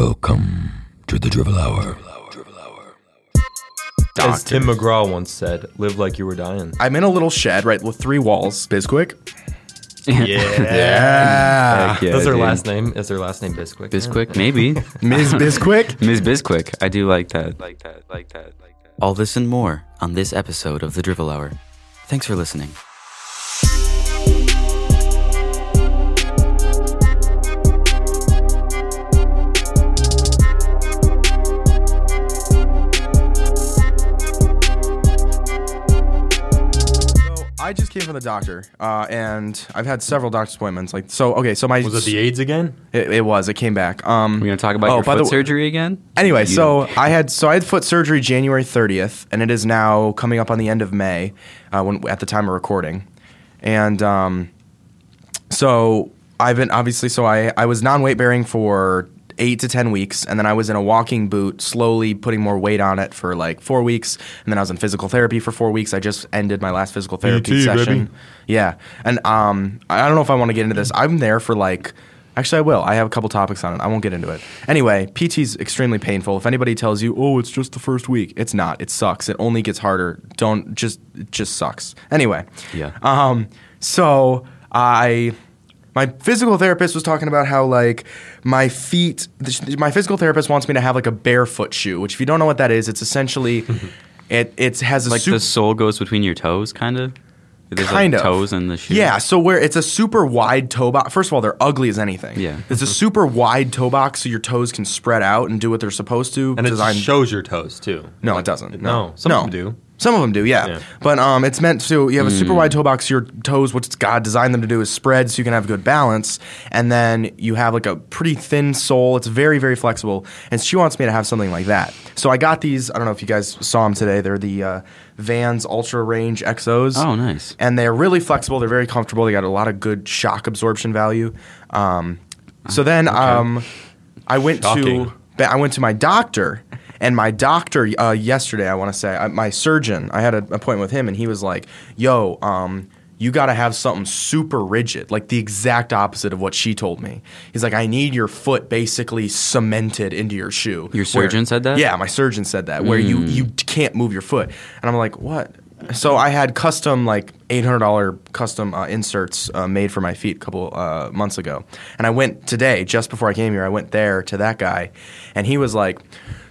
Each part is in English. Welcome to the Drivel Hour. As Tim McGraw once said, live like you were dying. I'm in a little shed, right, with three walls. Bisquick. Yeah. That's her dude. last name. Is their last name Bisquick? Bisquick, maybe. Ms. Bisquick. Ms. Bisquick. I do like that. Like that. Like that. Like that. All this and more on this episode of The Drivel Hour. Thanks for listening. So I just came from the doctor, uh, and I've had several doctor's appointments. Like, so okay, so my Was it the AIDS again? It, it was. It came back. Um, We're going to talk about oh, your by foot the w- surgery again? Anyway, You- so I had so I had foot surgery January 30th, and it is now coming up on the end of May, uh, when at the time of recording, and um, so I've been obviously so I I was non weight bearing for eight to ten weeks, and then I was in a walking boot, slowly putting more weight on it for like four weeks, and then I was in physical therapy for four weeks. I just ended my last physical therapy BT, session. baby. Yeah, and um, I I don't know if I want to get into this. I'm there for like, actually, I will. I have a couple topics on it. I won't get into it. Anyway, PT's extremely painful. If anybody tells you, oh, it's just the first week, it's not. It sucks. It only gets harder. Don't just it just sucks. Anyway, Yeah. Um, so I. My physical therapist was talking about how like my feet. th- My physical therapist wants me to have like a barefoot shoe, which if you don't know what that is, it's essentially it it has a Like sup- the sole goes between your toes, kind of? There's kind like of toes and the shoe. Yeah, so where it's a super wide toe box. First of all, they're ugly as anything. Yeah. it's a super wide toe box, so your toes can spread out and do what they're supposed to. And it just designed- shows your toes too. no, Like, it doesn't. No, No, some No. of them do. Some of them do, yeah. Yeah. Mm. But um, it's meant to. You have a super wide toe box. Your toes, what God designed them to do, is spread so you can have good balance. And then you have like a pretty thin sole. It's very, very flexible. And she wants me to have something like that. So I got these. I don't know if you guys saw them today. They're the uh, Vans Ultra Range XOs. Oh, nice. And they're really flexible. They're very comfortable. They got a lot of good shock absorption value. Um, so then um, I went Shocking. to but I went to my doctor, and my doctor uh, yesterday, I want to say, I, my surgeon, I had an appointment with him, and he was like, "Yo, um, you got to have something super rigid, like the exact opposite of what she told me." He's like, "I need your foot basically cemented into your shoe." Your where- surgeon said that? Hmm. Yeah, my surgeon said that, where you you can't move your foot, and I'm like, "What?" So I had custom like eight hundred dollar custom uh, inserts uh, made for my feet a couple uh, months ago, and I went today just before I came here. I went there to that guy, and he was like,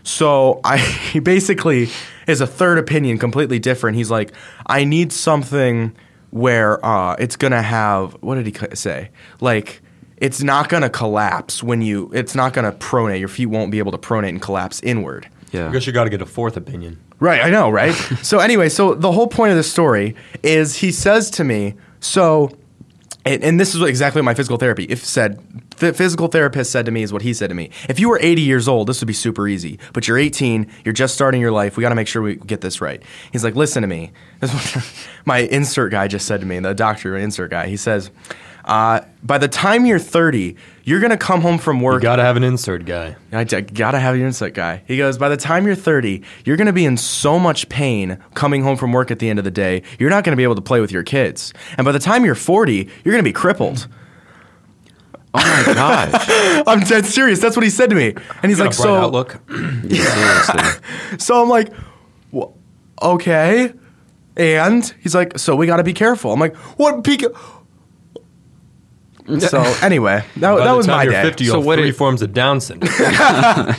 "So I he basically is a third opinion, completely different." He's like, "I need something where uh, it's gonna have what did he ca- say? Like." It's not gonna collapse when you. It's not gonna pronate. Your feet won't be able to pronate and collapse inward. Yeah. I guess you got to get a fourth opinion. Right, I know, right? so anyway, so the whole point of this story is he says to me, so and, and this is what- exactly what my physical therapy if said the physical therapist said to me is what he said to me. If you were 80 years old, this would be super easy. But you're 18, you're just starting your life. We got to make sure we get this right. He's like, "Listen to me." This is what my insert guy just said to me, the doctor insert guy. He says, uh, by the time you're 30, you're going to come home from You work got to have an insert guy. I d- gotta have your insight guy. He goes, By the time you're 30, you're gonna be in so much pain coming home from work at the end of the day, you're not gonna be able to play with your kids. And by the time you're 40, you're gonna be crippled. Oh, my gosh. I'm dead serious. That's what he said to me. And he's Got like, a bright So, outlook. Seriously. so I'm like, "Wha- Okay. And he's like, So we gotta be careful. I'm like, What? Be ca-" so anyway, that, By Oh, that the was time my you're day. 50, So you'll have what three it- forms of Down syndrome. Yeah.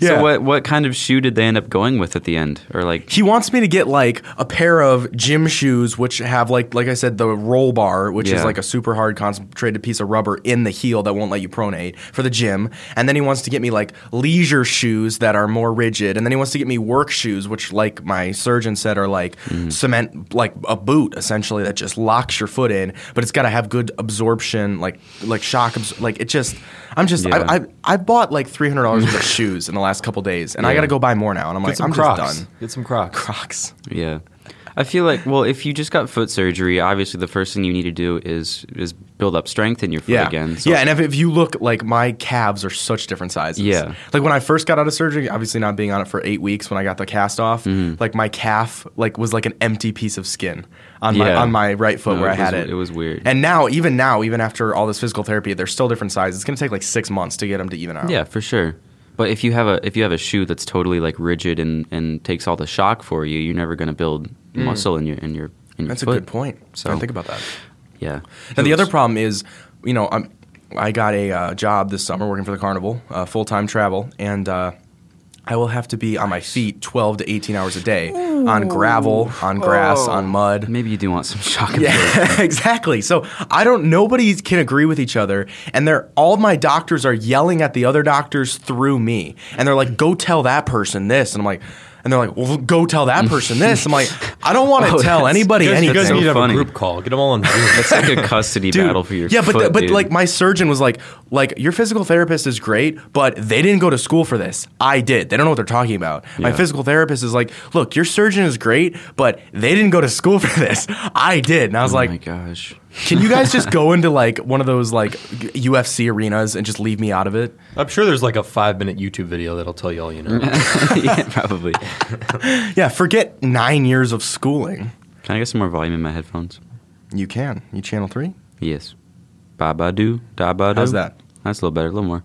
So what what kind of shoe did they end up going with at the end? Or like he wants me to get like a pair of gym shoes which have like like I said the roll bar which is Yeah. like a super hard concentrated piece of rubber in the heel that won't let you pronate for the gym and then he wants to get me like leisure shoes that are more rigid and then he wants to get me work shoes which like my surgeon said are like Mm-hmm. cement like a boot essentially that just locks your foot in but it's got to have good absorption like like shock abs- like it just I'm just Yeah. I, I I bought like three hundred dollars worth of shoes in the last couple days and I got to go buy more now and I'm Get like some I'm Crocs. just done. Get some Crocs. Crocs. yeah. I feel like well, if you just got foot surgery, obviously the first thing you need to do is is build up strength in your foot Yeah. again. Yeah, and if, if you look, like my calves are such different sizes. Yeah. Like when I first got out of surgery, obviously not being on it for eight weeks when I got the cast off, Mm-hmm. like my calf like was like an empty piece of skin on my Yeah. on my right foot No, where it I had was- it. it was weird. And now, even now, even after all this physical therapy, they're still different sizes. It's gonna take like six months to get them to even out. Yeah, for sure. But if you have a if you have a shoe that's totally like rigid and, and takes all the shock for you, you're never going to build muscle in your in your in your Mm. That's foot. a good point. So I So- didn't think about that. Yeah. Now the other problem is, you know, I'm, I got a uh, job this summer working for the carnival, uh, full time travel, and uh, I will have to be on my feet 12 to 18 hours a day on gravel, on grass, Oh. on mud. Maybe you do want some shock absorption. Yeah, exactly. So I don't. Nobody can agree with each other, and they're all my doctors are yelling at the other doctors through me, and they're like, "Go tell that person this," and I'm like. And they're like, well, go tell that person this. I'm like, I don't want to Oh, tell that's- anybody You guys, you anything. guys so need to have funny. a group call. Get them all on Zoom. It's like a custody Dude, battle for your yeah, but foot, the- but dude. like my surgeon was like, like your physical therapist is great, but they didn't go to school for this. I did. They don't know what they're talking about. My Yeah. physical therapist is like, look, your surgeon is great, but they didn't go to school for this. I did, and I was oh like, my gosh. can you guys just go into like one of those like UFC arenas and just leave me out of it? I'm sure there's like a five minute YouTube video that'll tell you all you know. yeah, probably. Yeah, forget nine years of schooling. Can I get some more volume in my headphones? You can. You channel three. Yes. Babadoo, dabadoo. How's that? That's a little better, a little more.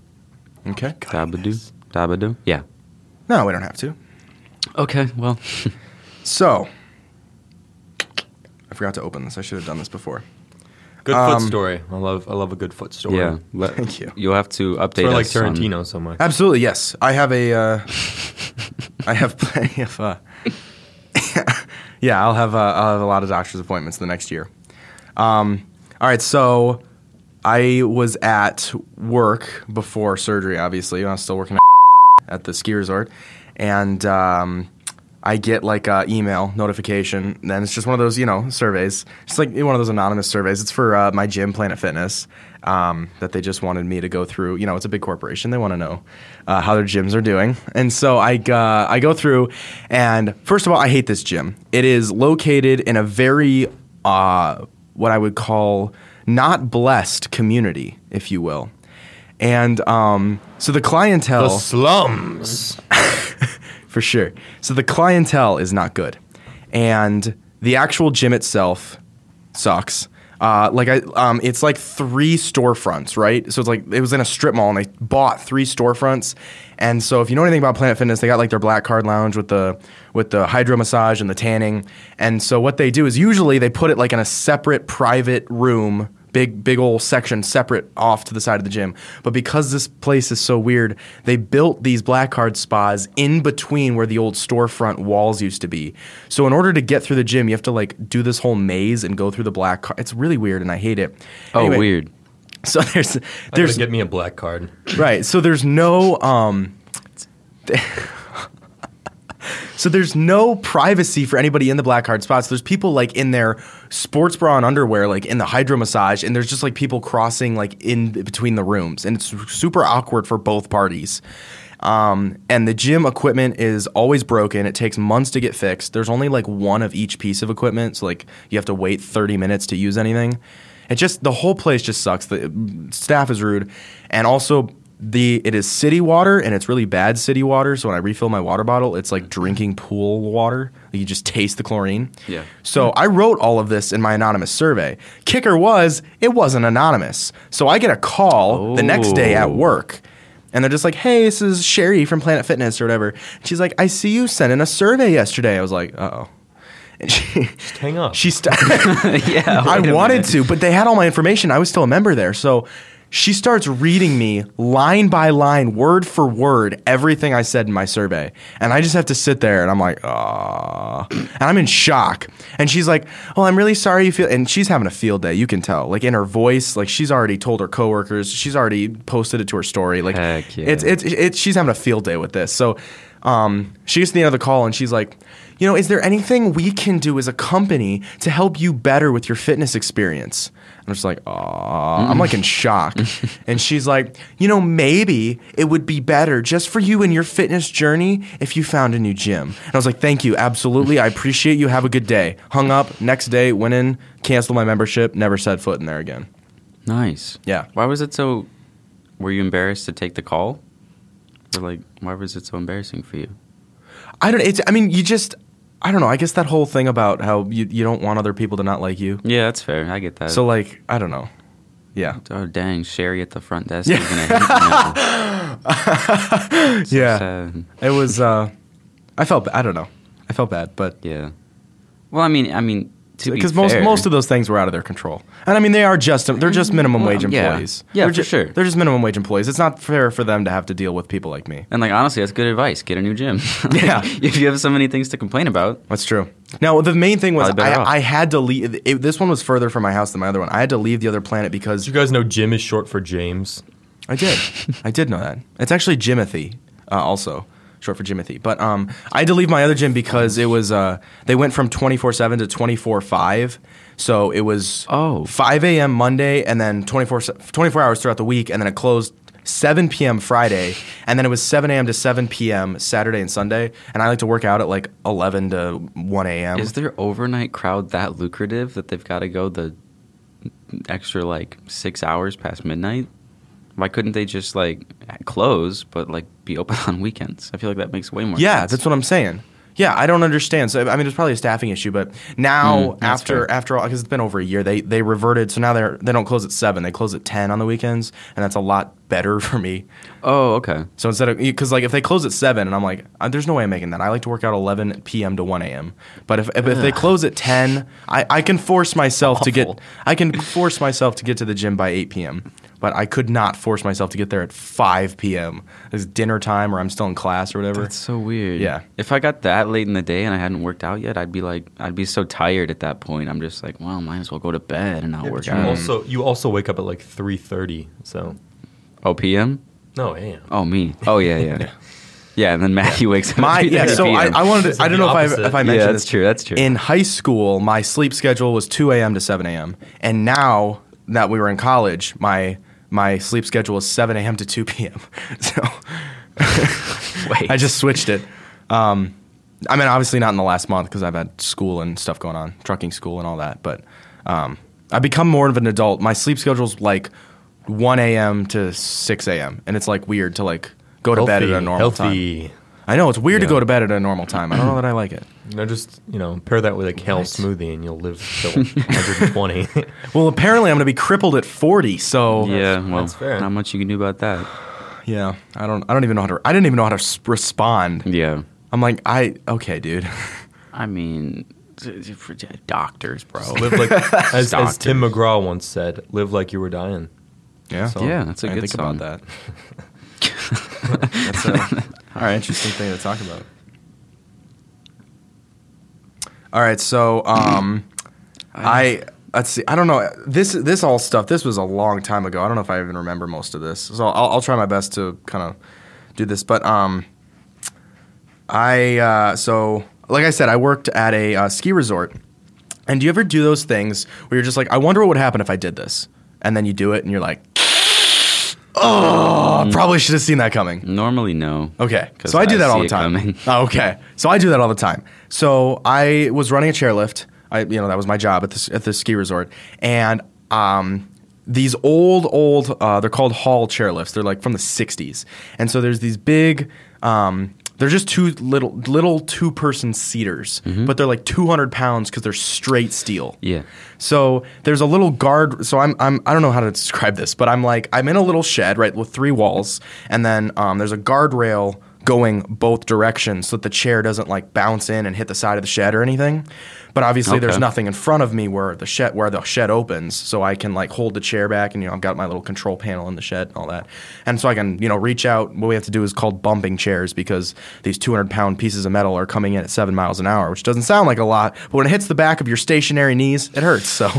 Okay. Dabadoo, dabadoo. Yeah. No, we don't have to. Okay, well. So, I forgot to open this. I should have done this before. Good Um, foot story. I love I love a good foot story. yeah. um, It's Let, Thank you. You'll have to update sort of like us on- Tarantino so much. Absolutely, yes. I have a. Uh, I have plenty of. Uh, yeah, I'll have, uh, I'll have a lot of doctor's appointments the next year. Um, all right, so I was at work before surgery, obviously. I was still working at the ski resort. And um, I get like an email notification. Then it's just one of those, you know, surveys. It's like one of those anonymous surveys. It's for uh, my gym, Planet Fitness, um, that they just wanted me to go through. You know, it's a big corporation. They want to know uh, how their gyms are doing. And so I, uh, I go through, and first of all, I hate this gym. It is located in a very, uh, what I would call, not blessed community, if you will. And um, so the clientele The slums. for sure. So the clientele is not good, and the actual gym itself sucks. Uh, like I, um, it's like three storefronts, right? So it's like it was in a strip mall, and they bought three storefronts. And so if you know anything about Planet Fitness, they got like their Black Card Lounge with the with the hydro massage and the tanning. And so what they do is usually they put it like in a separate private room big big old section separate off to the side of the gym. But because this place is so weird, they built these black card spas in between where the old storefront walls used to be. So in order to get through the gym, you have to like do this whole maze and go through the black card. It's really weird and I hate it. Oh, Anyway, weird. So there's There's there's get me a black card. right. So there's no um So there's no privacy for anybody in the black card spots. There's people like in their sports bra and underwear, like in the hydro massage, and there's just like people crossing like in between the rooms, and it's super awkward for both parties. Um, and the gym equipment is always broken. It takes months to get fixed. There's only like one of each piece of equipment, so like you have to wait 30 minutes to use anything. It just the whole place just sucks. The staff is rude, and also the it is city water and it's really bad city water. So when I refill my water bottle, it's like drinking pool water. You just taste the chlorine. Yeah. So I wrote all of this in my anonymous survey. Kicker was it wasn't anonymous. So I get a call the next day at Oh. work. And they're just like, hey, this is Sherry from Planet Fitness or whatever. And she's like, I see you sent in a survey yesterday. I was like, uh oh. And she, Hang up. she st- yeah. I wait a wanted minute. to, but they had all my information. I was still a member there. So she starts reading me line by line, word for word, everything I said in my survey. And I just have to sit there and I'm like, ah. And I'm in shock. And she's like, oh, I'm really sorry you feel. And she's having a field day. You can tell. Like in her voice, like she's already told her coworkers, she's already posted it to her story. Like Heck yeah. it's, it's, it's, she's having a field day with this. So um, she gets to the end of the call and she's like, you know, is there anything we can do as a company to help you better with your fitness experience? I'm just like, aw, I'm like in shock. and she's like, you know, maybe it would be better just for you and your fitness journey if you found a new gym. And I was like, thank you, absolutely. I appreciate you. Have a good day. Hung up, next day, went in, canceled my membership, never set foot in there again. Nice. Yeah. Why was it so? Were you embarrassed to take the call? Or like, why was it so embarrassing for you? I don't, it's, I mean, you just, I don't know. I guess that whole thing about how you, you don't want other people to not like you. Yeah, that's fair. I get that. So like I don't know. Yeah. oh dang, Sherry at the front desk Yeah. is gonna hate me now. yeah, Sad. it was. Uh, I felt. ba- I don't know. I felt bad, but Yeah. Well, I mean, I mean, to be because most fair- most of those things were out of their control, and I mean they are just they're just minimum Well, wage yeah. employees. Yeah, they're for ju- sure. They're just minimum wage employees. It's not fair for them to have to deal with people like me. and like honestly, that's good advice. Get a new gym. Like, Yeah. if you have so many things to complain about, That's true. Now the main thing was Probably better I, off. I had to leave. It, this one was further from my house than my other one. I had to leave the other planet because you guys know Jim is short for James? I did. I did know that. It's actually Jimothy, uh, also short for Jimothy. But um, I had to leave my other gym because it was uh, they went from twenty four seven to twenty four five. So it was Oh. five a.m. Monday and then 24, se- 24 hours throughout the week, and then it closed. 7 p.m. Friday, and then it was 7 a.m. to 7 p.m. Saturday and Sunday. And I like to work out at like 11 to 1 a.m. is their overnight crowd that lucrative that they've got to go the extra like six hours past midnight? Why couldn't they just like close but like be open on weekends? I feel like that makes way more. Yeah, sense. that's what I'm saying. Yeah, I don't understand. So I mean, it's probably a staffing issue, but now Mm, that's after fair. after all, because it's been over a year, they they reverted. So now they're they don't close at seven; they close at ten on the weekends, and that's a lot better for me. oh okay. So instead of because like if they close at seven, and I'm like, "Uh, there's no way I'm making that. I like to work out 11 p.m. to 1 a.m. But if if, if they close at 10, I I can force myself to get Awful. I can force myself to get to the gym by 8 p.m. But I could not force myself to get there at 5 p.m. It's dinner time, or I'm still in class or whatever. That's so weird. Yeah. If I got that late in the day and I hadn't worked out yet, I'd be like, I'd be so tired at that point. I'm just like, well, might as well go to bed and not work You out. also you also wake up at like three thirty. So oh, PM? no, am. Oh, me. Oh, yeah, yeah. yeah. and then Matthew wakes up. at My 3:30 yeah. So I, PM. I wanted. To, I don't know if I opposite. if I Yeah, mentioned yeah, this. that's true. That's true. In high school, my sleep schedule was 2 a.m. to 7 a.m. And now that we were in college, my my sleep schedule is 7 a.m. to 2 p.m. So Wait. I just switched it. Um, I mean, obviously not in the last month because I've had school and stuff going on, trucking school and all that. But um, I become more of an adult. My sleep schedule's like 1 a.m. to 6 a.m. and it's like weird to like go to bed at a normal time. healthy. I know it's weird to Yeah. go to bed at a normal time. I don't know that I like it. You know, just you know, pair that with a kale smoothie, and you'll live till 120. Well, apparently I'm going to be crippled at 40. So yeah, well, that's fair. not much you can do about that. yeah, I don't I don't even know how to I didn't even know how to s- respond. Yeah. I'm like, I okay, dude. I mean, d- d- for- d- doctors, bro. live like as, as Doctors. Tim McGraw once said, "Live like you were dying." Yeah. So- Yeah, that's a I good think song. about that. That's a All right. interesting thing to talk about. All right, so um I let's see. I don't know. This this all stuff. This was a long time ago. I don't know if I even remember most of this. So I'll, I'll try my best to kind of do this. But um, I uh, so like I said, I worked at a uh, ski resort. And do you ever do those things where you're just like, I wonder what would happen if I did this, and then you do it, and you're like, Oh, I probably should have seen that coming. Normally, no. Okay. 'Cause So I do that all see the it time. coming. Oh, okay. So I do that all the time. So I was running a chairlift. I, you know, that was my job at this at the ski resort, and um, these old old uh, they're called hall chairlifts. They're like from the '60s, and so there's these big. Um, they're just two little little two person seaters, Mm-hmm. but they're like 200 pounds because they're straight steel. Yeah. So there's a little guard. So I'm, I'm I don't know how to describe this, but I'm like I'm in a little shed right with three walls, and then um, there's a guardrail going both directions so that the chair doesn't like bounce in and hit the side of the shed or anything. But obviously there's Okay. nothing in front of me where the shed where the shed opens, so I can like hold the chair back, and you know I've got my little control panel in the shed and all that, and so I can you know reach out. What we have to do is called bumping chairs because these 200 pound pieces of metal are coming in at seven miles an hour, which doesn't sound like a lot, but when it hits the back of your stationary knees, it hurts. So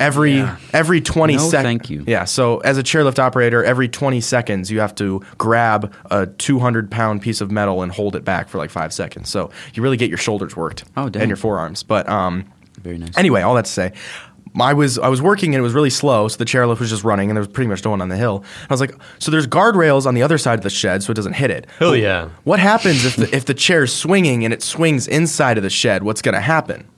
every every 20 No, seconds thank you. yeah so as a chairlift operator every 20 seconds you have to grab a 200 pound piece of metal and hold it back for like five seconds so you really get your shoulders worked Oh, dang. and your forearms but um Very nice. Anyway, all that to say, I was I was working and it was really slow, so the chairlift was just running and there was pretty much no one on the hill. I was like, so there's guardrails on the other side of the shed, so it doesn't hit it. Hell But yeah. What happens if the, if the chair's swinging and it swings inside of the shed? What's going to happen?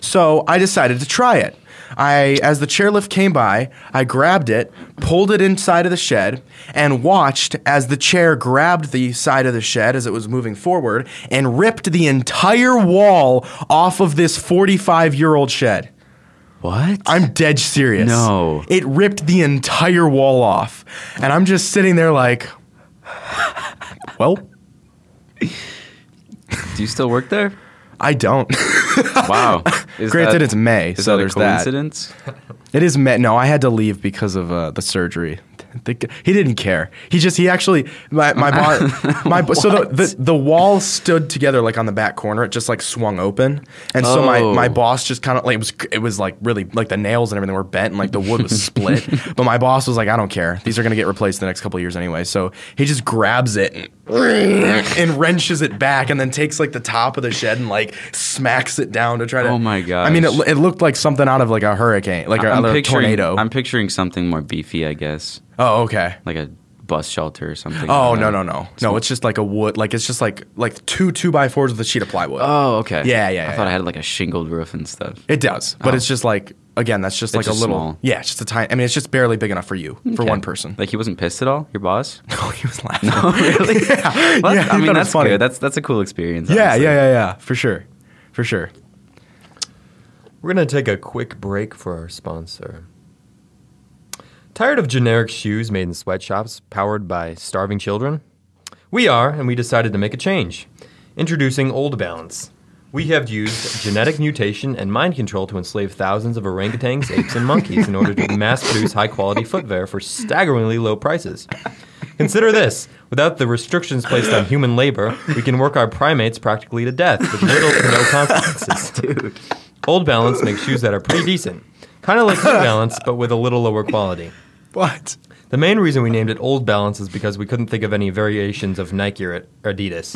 So I decided to try it. I, as the chairlift came by, I grabbed it, pulled it inside of the shed, and watched as the chair grabbed the side of the shed as it was moving forward and ripped the entire wall off of this 45 year old shed. What? I'm dead serious. No. It ripped the entire wall off. And I'm just sitting there like, Well, Do you still work there? I don't. Wow. Is Granted, that- it's May, Is so that a there's that. coincidence? It is met. No, I had to leave because of uh, the surgery. The g- he didn't care. He just he actually my my bo- my bo- so the, the the wall stood together like on the back corner. It just like swung open, and so my Oh. my boss just kind of like it was it was like really like the nails and everything were bent and like the wood was split. but my boss was like, I don't care. These are gonna get replaced the next couple of years anyway. So he just grabs it and, and wrenches it back, and then takes like the top of the shed and like smacks it down to try to. Oh my I mean, it, gosh. lo- it looked like something out of like a hurricane, like a, a picturing, tornado. I'm picturing something more beefy, I guess, Oh, okay. like a bus shelter or something. Oh I no don't no know. no no! It's just like a wood, like it's just like like two two by fours with a sheet of plywood. Oh, okay. Yeah, yeah, I yeah, thought I yeah. had like a shingled roof and stuff. it does, but Oh. it's just like again, that's just like a just little. small. Yeah, it's just a tiny. I mean, it's just barely big enough for you for Okay. one person. Like he wasn't pissed at all, your boss? No, he was laughing. really? yeah, yeah, Well, he I thought it mean was that's funny. good. That's that's a cool experience. yeah, honestly. yeah, yeah, yeah, for sure, for sure. We're going to take a quick break for our sponsor. Tired of generic shoes made in sweatshops powered by starving children? We are, and we decided to make a change. Introducing Old Balance. We have used genetic mutation and mind control to enslave thousands of orangutans, apes, and monkeys in order to mass produce high quality footwear for staggeringly low prices. Consider this. Without the restrictions placed on human labor, we can work our primates practically to death with little to no consequences. Old Balance makes shoes that are pretty decent. Kind of like New Balance, but with a little lower quality. What? The main reason we named it Old Balance is because we couldn't think of any variations of Nike or Adidas.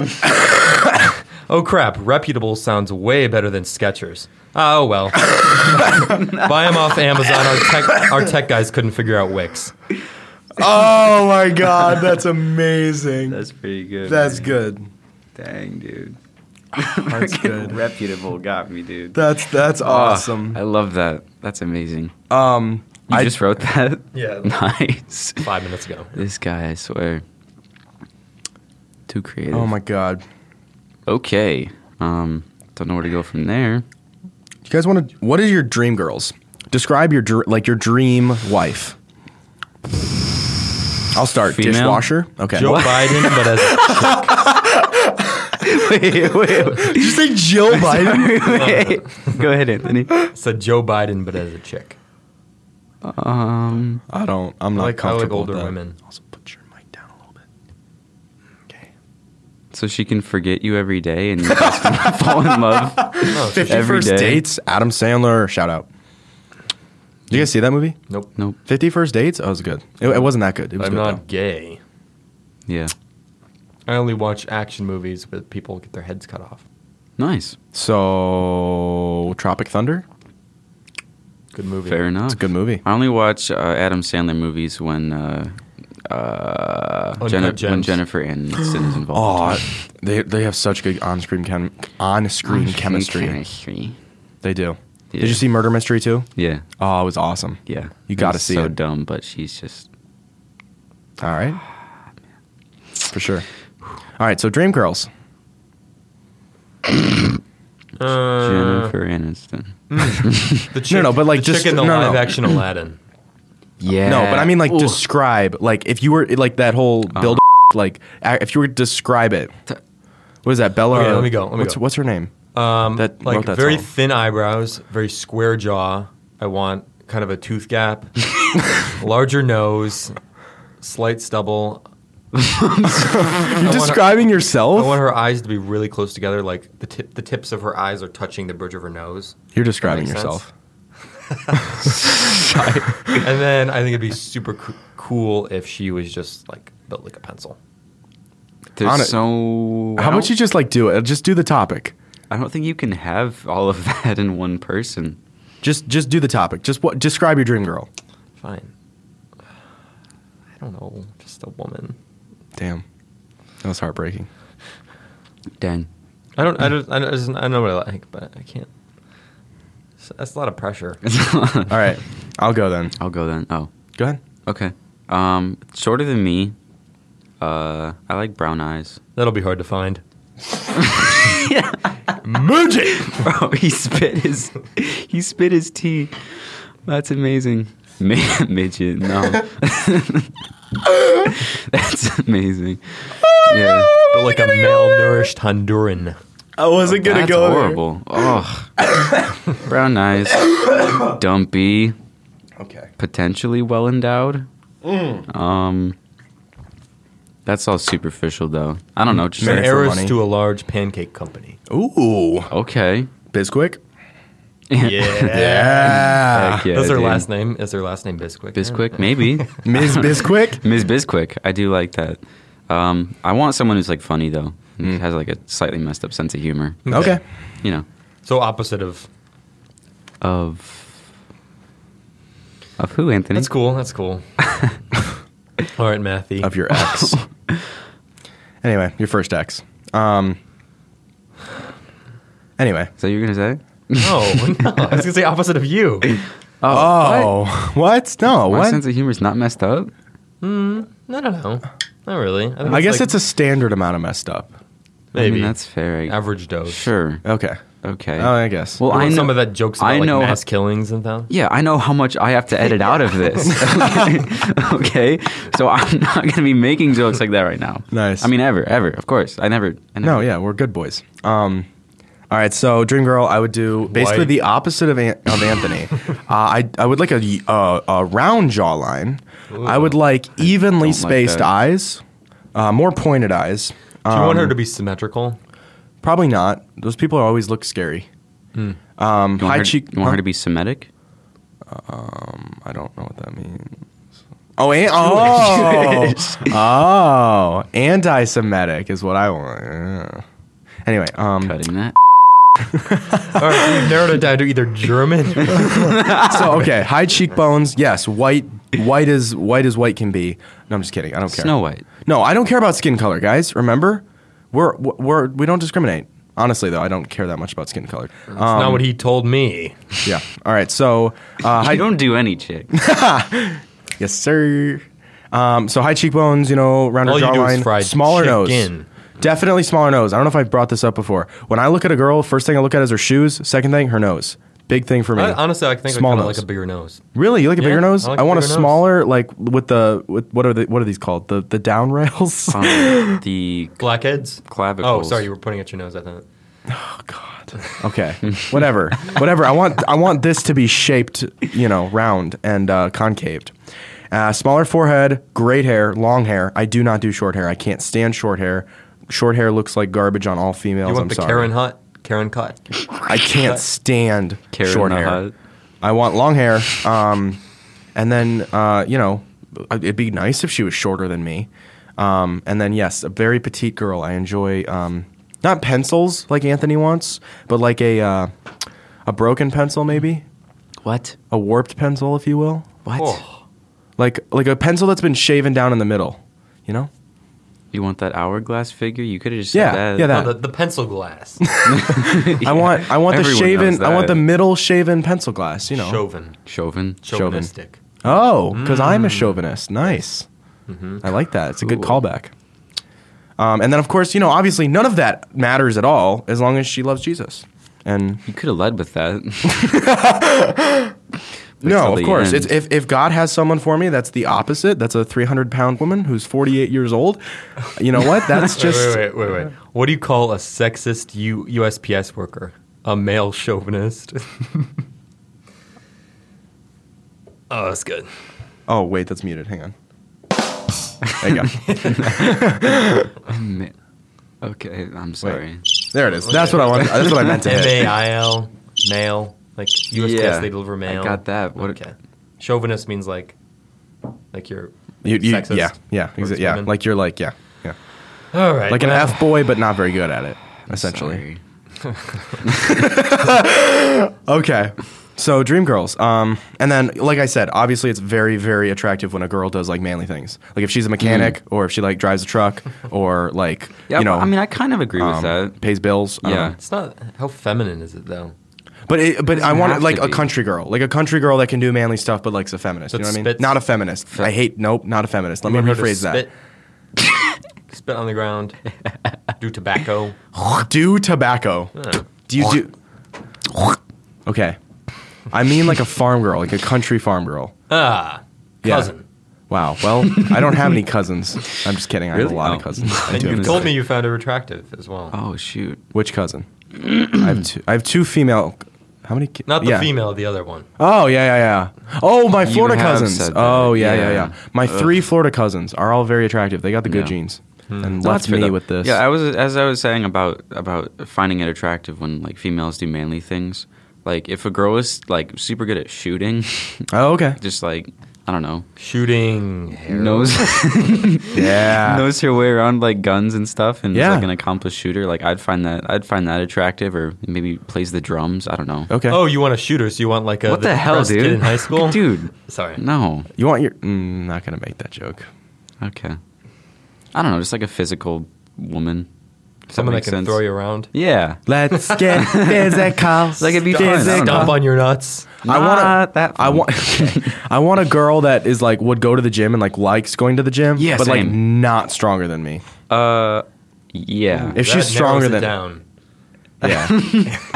oh crap, reputable sounds way better than Skechers. Ah, Oh well. Buy them off Amazon. Our tech, our tech guys couldn't figure out Wix. Oh my God, that's amazing. that's, That's pretty good. man. good. Dang, dude. That's Freaking good. Reputable got me, dude. That's that's Ah, awesome. I love that. That's amazing. Um, You I just wrote that? Yeah. Nice. Five minutes ago. This guy, I swear. Too creative. Oh my God. Okay. Um, don't know where to go from there. You guys want to? What is your dream girls? Describe your dr- like your dream wife. I'll start. Female? Dishwasher. Okay. Joe Biden, but as wait, wait, Did you say Jill Biden? wait. Go ahead, Anthony. said Joe Biden, but as a chick. Um, I don't. I'm I not like- I like comfortable. older with that. women. Also, put your mic down a little bit. Okay. so she can forget you every day and you just gonna fall in love. Oh, Fifty Every First day. Dates. Adam Sandler. Shout out. Did you guys see that movie? Nope. Nope. Fifty First Dates. Oh, it was good. It, it wasn't that good. It was I'm good. not gay. Yeah. I only watch action movies where people get their heads cut off. Nice. though. So, Tropic Thunder. Good movie. Fair enough. It's a good movie. I only watch uh, Adam Sandler movies when uh, uh, Uncut Oh, Jenna- when Gems. Jennifer Aniston is involved. Oh, they they have such good on screen chem- on screen chemistry. Chemistry. They do. Yeah. Did you see Murder Mystery too? Yeah. Oh, it was awesome. Yeah. You gotta It's see so it. dumb, but she's just All right. For sure. All right, so Dream Girls. Uh, Jennifer Aniston. the chick, no, but, like, the chick just- in the no, no. live action Aladdin. Yeah. No, but I mean like describe like if you were like that whole build like a- if you were to describe it. What is that? Bella Okay, let me go, let me what's go. what's her name? Um, That- like wrote that very song. thin eyebrows, very square jaw. I want kind of a tooth gap, larger nose, slight stubble. You're describing yourself? I want her eyes to be really close together, like the tip, the tips of her eyes are touching the bridge of her nose. You're describing That makes yourself. and then I think it'd be super coo- cool if she was just like built like a pencil. There's on it. so. I How about don't- you just like do it? Just do the topic. I don't think you can have all of that in one person. Just just do the topic. Just what describe your dream girl. Fine. I don't know, just a woman. Damn. That was heartbreaking. Dang. I don't. I don't. I, don't, I, just, I know what I like, but I can't. So That's a lot of pressure. All right. I'll go then. I'll go then. Oh, Go ahead. okay. Um, shorter than me. Uh, I like brown eyes. That'll be hard to find. Magic. Bro, Oh, he spit his he spit his tea. That's amazing. Ma- midget, no. That's amazing. Oh, Yeah. like a malnourished Honduran. I wasn't gonna That's go there. horrible. Oh, brown eyes, dumpy, Okay. potentially well endowed. Um, that's all superficial though. I don't know. Just Man, An for like, heiress money. to a large pancake company. Ooh, okay. Bisquick. Yeah. Yeah, Heck yeah, That's her dude. last name. Is her last name Bisquick? Bisquick, maybe. Ms. Bisquick. Ms. Bisquick. I do like that. Um, I want someone who's like funny though. who Has like a slightly messed up sense of humor. Okay. You know, So opposite of. of of who Anthony? That's cool. That's cool. All right, Matthew. Of your ex. anyway, your first ex. Um. Anyway. Is that what you're gonna say? No, no. I was gonna say opposite of you. Oh, what? No, My what? sense of humor is not messed up. No, no, no. Not really. think I guess like it's a standard amount of messed up. I maybe mean, that's fair. I, average dose. Sure. Okay. Okay. Oh, I guess. well, I I know some of that jokes about I know like mass killings and stuff. Yeah, I know how much I have to edit out of this. okay, so I'm not going to be making jokes like that right now. Nice. I mean, ever, ever. Of course, I never. I never No, yeah, we're good boys. Um, all right, so Dream Girl, I would do basically White. the opposite of, An- of Anthony. uh, I I would like a y- uh, a round jawline. I would like evenly don't like spaced that. eyes, uh, more pointed eyes. Do you want her Um, to be symmetrical? Probably not. Those people always look scary. Um, Hmm. You want, high her, cheek. you want her huh? to be Semitic? I don't know what that means. Oh, and, oh, oh, anti-Semitic is what I want. Yeah. Anyway, um, Cutting that. All right, we've narrowed it down to either German. so okay, high cheekbones. Yes, white, white as white as white can be. No, I'm just kidding. I don't care. Snow White. No, I don't care about skin color, guys. Remember, we're we're we don't discriminate. Honestly, though, I don't care that much about skin color. Um, Not what he told me. yeah. All right. So, uh, I high, don't do any chick. yes, sir. Um, so high cheekbones, you know, rounder All you do is jawline, fried smaller nose. chicken. Definitely smaller nose. I don't know if I brought this up before. When I look at a girl, first thing I look at is her shoes. Second thing, her nose. Big thing for me. I, honestly, I think Small I kind of nose. like a bigger nose. Really, you like a Yeah, bigger nose? I I, like a want a bigger nose. smaller, like with the with what are the what are these called? The the down rails. Um, the Blackheads? Oh, Clavicles. sorry, you were pointing at your nose, I thought. Oh, okay, whatever, whatever. I want I want this to be shaped, you know, round and uh, concaved. Uh, smaller forehead, great hair, long hair. I do not do short hair. I can't stand short hair. Short hair looks like garbage on all females. You want I'm the sorry. Karen Hut? Karen Cut? I can't stand Karen short the hair. Hut. I want long hair. Um, and then uh, you know, it'd be nice if she was shorter than me. Um, and then yes, a very petite girl. I enjoy um, not pencils like Anthony wants, but like a uh, a broken pencil maybe, What? a warped pencil, if you will, What? Oh. like like a pencil that's been shaven down in the middle. You know, You want that hourglass figure? You could have just Yeah, said that. yeah, No, that- the, the pencil glass. I want I want the Everyone knows shaven. I want that. the middle shaven pencil glass. You know. Chauvin. Oh, Chauvin. Chauvinistic. Oh, because I'm Mm. a chauvinist. Nice. Mm-hmm. I like that. It's a good Cool. callback. Um, and then, of course, you know, obviously, none of that matters at all as long as she loves Jesus. And You could have led with that. till no, of the course, end. it's, if if God has someone for me, that's the opposite. That's a 300 pound woman who's 48 years old. You know what? That's just Wait, wait, wait, wait, wait. What do you call a sexist U- USPS worker? A male chauvinist? oh, that's good. oh wait, that's muted. Hang on. There you go. Mi- okay, I'm sorry. There it is. That's what I want. That's what I meant to M hit. A I L, mail. Like USPS, Yeah, they deliver mail. I got that. What? okay. Chauvinist means like, like you're. You, you, sexist yeah, yeah, towards exa- yeah. women. Like you're like yeah, yeah. All right. Like an well, f boy, but not very good at it. Essentially. Sorry. Okay. So dream girls. Um, and then like I said, obviously it's very, very attractive when a girl does like manly things. Like if she's a mechanic or if she like drives a truck or like Yeah, you know Mm. I mean, I kind of agree um, with that. pays bills. I don't Yeah. know. It's not. How feminine is it though? But it, but I Doesn't want have like to a be. country girl. Like a country girl that can do manly stuff but likes a feminist. you That know what I mean? spits. Not a feminist. I hate nope, not a feminist. Let me Want her to rephrase that. spit, spit on the ground. Do tobacco. Do tobacco. Yeah. Do you do Okay. I mean like a farm girl, like a country farm girl. Ah, Yeah. cousin. Wow. Well, I don't have any cousins. I'm just kidding. I have a Really? lot Oh. of cousins. I And do you have told cousins. me you found her attractive as well. Oh shoot. which cousin? I have two. I have two female. How many? Ki- Not the yeah. female, the other one. Oh yeah, yeah, yeah. Oh, my You Florida have cousins. said that, Oh yeah, yeah, yeah. yeah. My three Florida cousins are all very attractive. They got the good Yeah. Hmm. genes, and No, left that's fair, me though. with this. Yeah, I was as I was saying about about finding it attractive when like females do manly things. Like if a girl is like super good at shooting, oh okay. just like I don't know, Shooting. Harold. knows Yeah. knows her way around like guns and stuff, and Yeah. is like an accomplished shooter. Like I'd find that I'd find that attractive, or maybe plays the drums. I don't know. Okay. Oh, you want a shooter? So you want like a What the, hell, depressed dude? Kid in high school, dude. Sorry. No. You want your? Mm, not gonna make that joke. Okay. I don't know. Just like a physical woman. If Someone that makes can sense. throw you around. Yeah. Let's get physical. Like it'd be Stomp- fun. I don't Stomp know. on your nuts. I want Not that I fun. want. I want a girl that is like would go to the gym and like likes going to the gym. Yeah, but like same. not stronger than me. Uh. Yeah. If That she's stronger narrows it than down. yeah.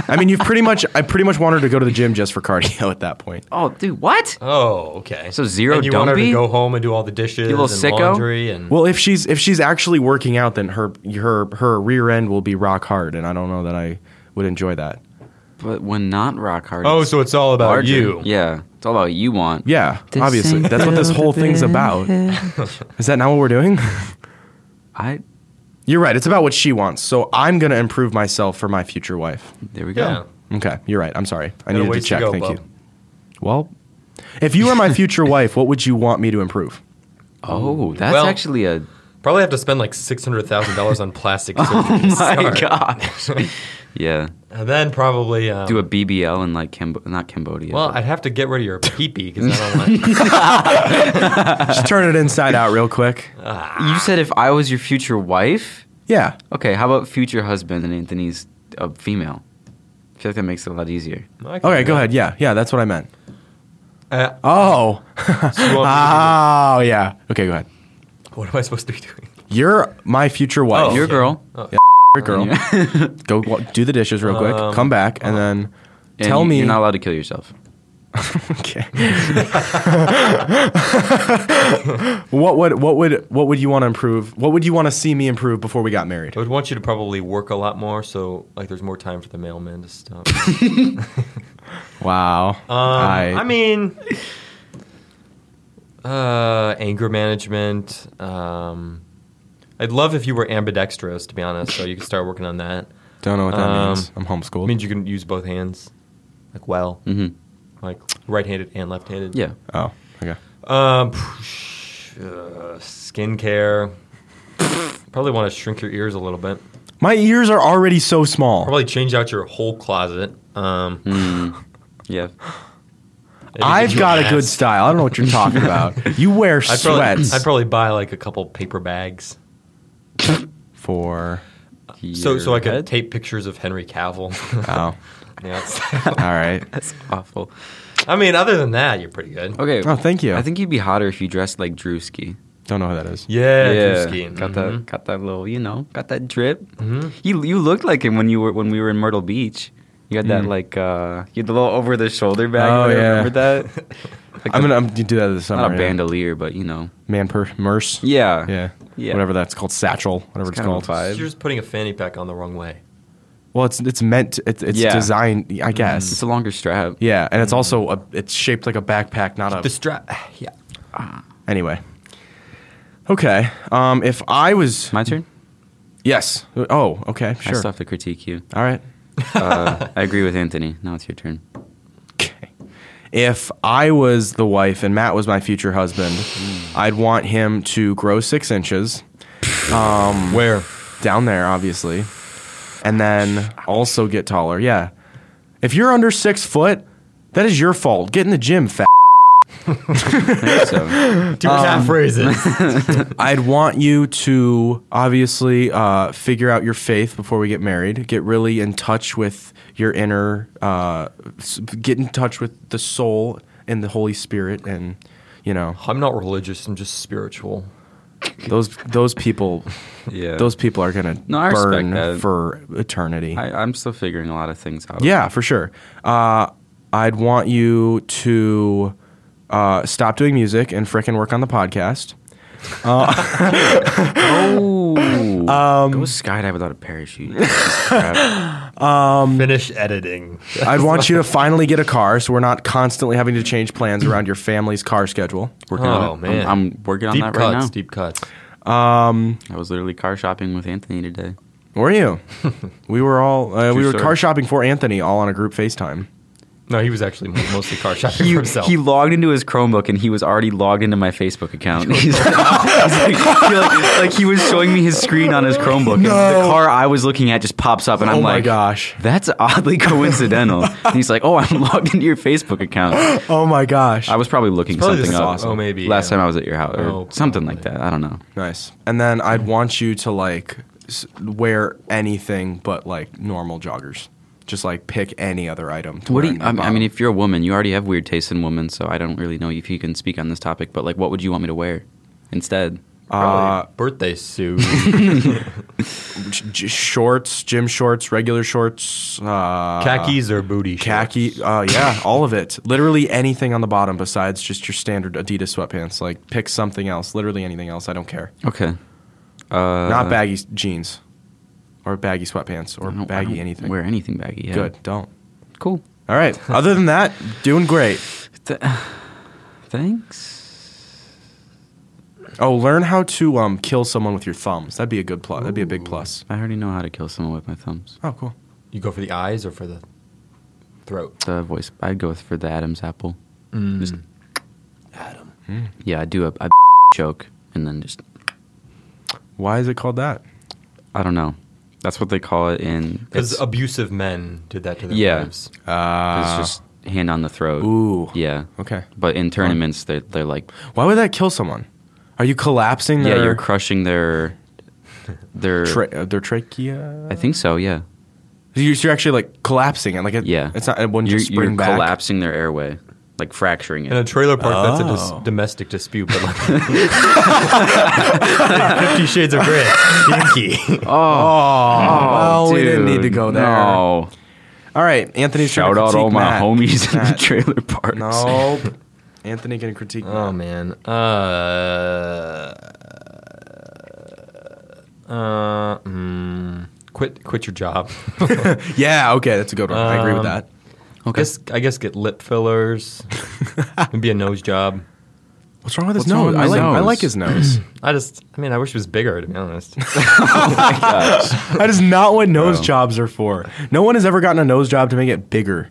I mean, you've pretty much. I pretty much want her to go to the gym just for cardio at that point. oh, dude, what? Oh, okay. So zero And you want her to dumpy? go home and do all the dishes You little and sicko? laundry and Well, if she's if she's actually working out, then her her her rear end will be rock hard, and I don't know that I would enjoy that. But when not rock hard. oh, it's so it's all about larger. you. Yeah. It's all about what you want. Yeah, This obviously, ain't that's what this whole thing's about. Is that not what we're doing? I. You're right. It's about what she wants. So I'm gonna improve myself for my future wife. There we go. Yeah. Okay, you're right. I'm sorry. Got a I needed to ways to check. go, Thank bub. you. Well, if you were my future wife, what would you want me to improve? Oh, that's Well- actually a. Probably have to spend like six hundred thousand dollars on plastic surgery. Oh My Sorry. gosh. yeah. And then probably um, Do a BBL in like Cambo- not Cambodia. Well, but- I'd have to get rid of your peepee because I don't like. Just turn it inside out real quick. you said if I was your future wife. Yeah. Okay, how about future husband and Anthony's a female? I feel like that makes it a lot easier. I can Okay, do go that. ahead. Yeah, yeah, that's what I meant. Uh, Oh. so you want me to Oh, yeah. Okay, go ahead. do- what am I supposed to Ah. be doing? You're my future wife. Oh. Your okay. girl. Your girl. go wa- do the dishes real quick. Um, uh, Come back and then And tell you- me. You're not allowed to kill yourself. okay. what would what would what would you want to improve? What would you want to see me improve before we got married? I would want you to probably work a lot more, so like there's more time for the mailman to stop. Wow. Um, I, mean, uh, anger management. Um, I'd love if you were ambidextrous, to be honest. So you could start working on that. don't know what that um, means. I'm homeschooled. It means you can use both hands, like well, hmm Mm-hmm. like right-handed and left-handed. Yeah. oh, okay. Um, psh, uh, skincare. Probably want to shrink your ears a little bit. My ears are already so small. Probably change out your whole closet. Um, Mm. Yeah. maybe get Hmm. I've you got a mask. good style. I don't know what you're talking about. You wear I'd probably, sweats I'd probably buy like a couple paper bags. for. So, so I Your could head? tape pictures of Henry Cavill. Oh, Yeah. all right. That's awful. I mean, other than that, you're pretty good. Okay. Oh, thank you. I think you'd be hotter if you dressed like Drewski. Don't know who that is. Yeah, Mm-hmm. Got that. Got that little. You know. Got that drip. You you looked like him when you were when we were in Myrtle Beach. You had that like uh you had the little over the shoulder bag. Mm. Oh, I yeah. Remember that? Like I'm a- gonna I'm, gonna do that this summer. not a yeah. bandolier, but you know. man per merce. Yeah. yeah, Yeah. Whatever that's called, satchel. Whatever It's it's, kind called. of a vibe. You're just putting a fanny pack on the wrong way. Well, it's it's meant. To, it's it's Yeah. Mm. designed. I guess. It's a Mm. longer strap. Mm. Yeah, and it's also a, it's shaped like a backpack, not a. The strap. Yeah. anyway. Okay. Um, if I was My turn. yes. Oh, okay. I Sure. still have to critique you. All right. Uh, I agree with Anthony. Now it's your turn. Okay. If I was the wife and Matt was my future husband, I'd want him to grow six inches Where? down there, obviously, and then also get taller. Yeah. If you're under six foot, that is your fault. Get in the gym, fat. So Two half phrases. I'd want you to obviously uh, figure out your faith before we get married. Get really in touch with your inner, uh, s- get in touch with the soul and the Holy Spirit, and you know I'm not religious. I'm just spiritual. those those people, yeah, those people are gonna No, I respect burn that. for eternity. I, I'm still figuring a lot of things out. yeah, for sure. Uh, I'd want you to uh, stop doing music and frickin' work on the podcast. Oh, um, go skydive without a parachute. Jesus crap. Um, Finish editing. I'd want you to finally get a car so we're not constantly having to change plans around your family's car schedule. Working on it. Oh, I'm- man. I'm, working on deep that cuts, right now. deep cuts. I was literally car shopping with Anthony today. Were you? we were all uh, we True were story. car shopping for Anthony all on a group FaceTime. No, he was actually mo- mostly car shopping He, for himself. he logged into his Chromebook and he was already logged into my Facebook account. He's like, he's like- he like- like, he was showing me his screen on his Chromebook. And the car I was looking at just pops up, and I'm oh my like, gosh. That's oddly coincidental. and he's like, "Oh, I'm logged into your Facebook account." Oh my gosh. I was probably looking probably something just up. awesome. Oh, maybe, last yeah. time I was at your house or Oh, something like that. I don't know. nice. And then I'd want you to like s- wear anything but like normal joggers. Just like pick any other item. To wear What do you, in your I, I bottom. mean, if you're a woman, you already have weird taste in women, so I don't really know if you can speak on this topic. But like, what would you want me to wear instead? Uh, Probably birthday suit. j- j- shorts, gym shorts, regular shorts, uh, Khakis or booty khaki. Uh, yeah, all of it. Literally anything on the bottom besides just your standard Adidas sweatpants. Like pick something else. Literally anything else. I don't care. Okay. Not baggy s- jeans, or baggy sweatpants, or Uh, I don't- I baggy don't anything. Wear anything baggy. Yeah. Good. Don't. Cool. All right. Other than that, doing great. Th- thanks. Oh, learn how to um, kill someone with your thumbs. That'd be a good plus. That'd be a big plus. I already know how to kill someone with my thumbs. Oh, cool. You go for the eyes or for the throat? The voice. I'd go with for the Adam's apple. Mm. Just- Yeah, I do a, a choke and then just Why is it called that? I don't know. That's what they call it in. Because it's- abusive men did that to their Yeah. wives. Uh, it's just hand on the throat. Ooh. Ah. Yeah. Okay. But in tournaments, they're they're like Why would that kill someone? Are you collapsing yeah, their you're crushing their their. tra- uh, their trachea? I think so. Yeah. You're, you're actually like collapsing and like it, Yeah. It's not it wouldn't You're, just spring you're back. collapsing their airway, like fracturing In a it. trailer park, that's a Oh. dis- domestic dispute. But like Fifty Shades of Grey, Yankee. Oh, well, we didn't need to go there. No. All right, Anthony's trying Shout to out all critique my Matt. homies in the Matt. trailer parks. No, Anthony can critique. Oh man. Matt. Uh, uh, mm, quit, quit your job. Yeah, okay, that's a good one. I agree with Um, that. Okay. Guess, I guess get lip fillers. Maybe a nose job. What's wrong with his what's wrong nose? with I my like I nose? like his nose. I just, I mean, I wish it was bigger. To be honest, that is not what nose Oh. jobs are for. No one has ever gotten a nose job to make it bigger.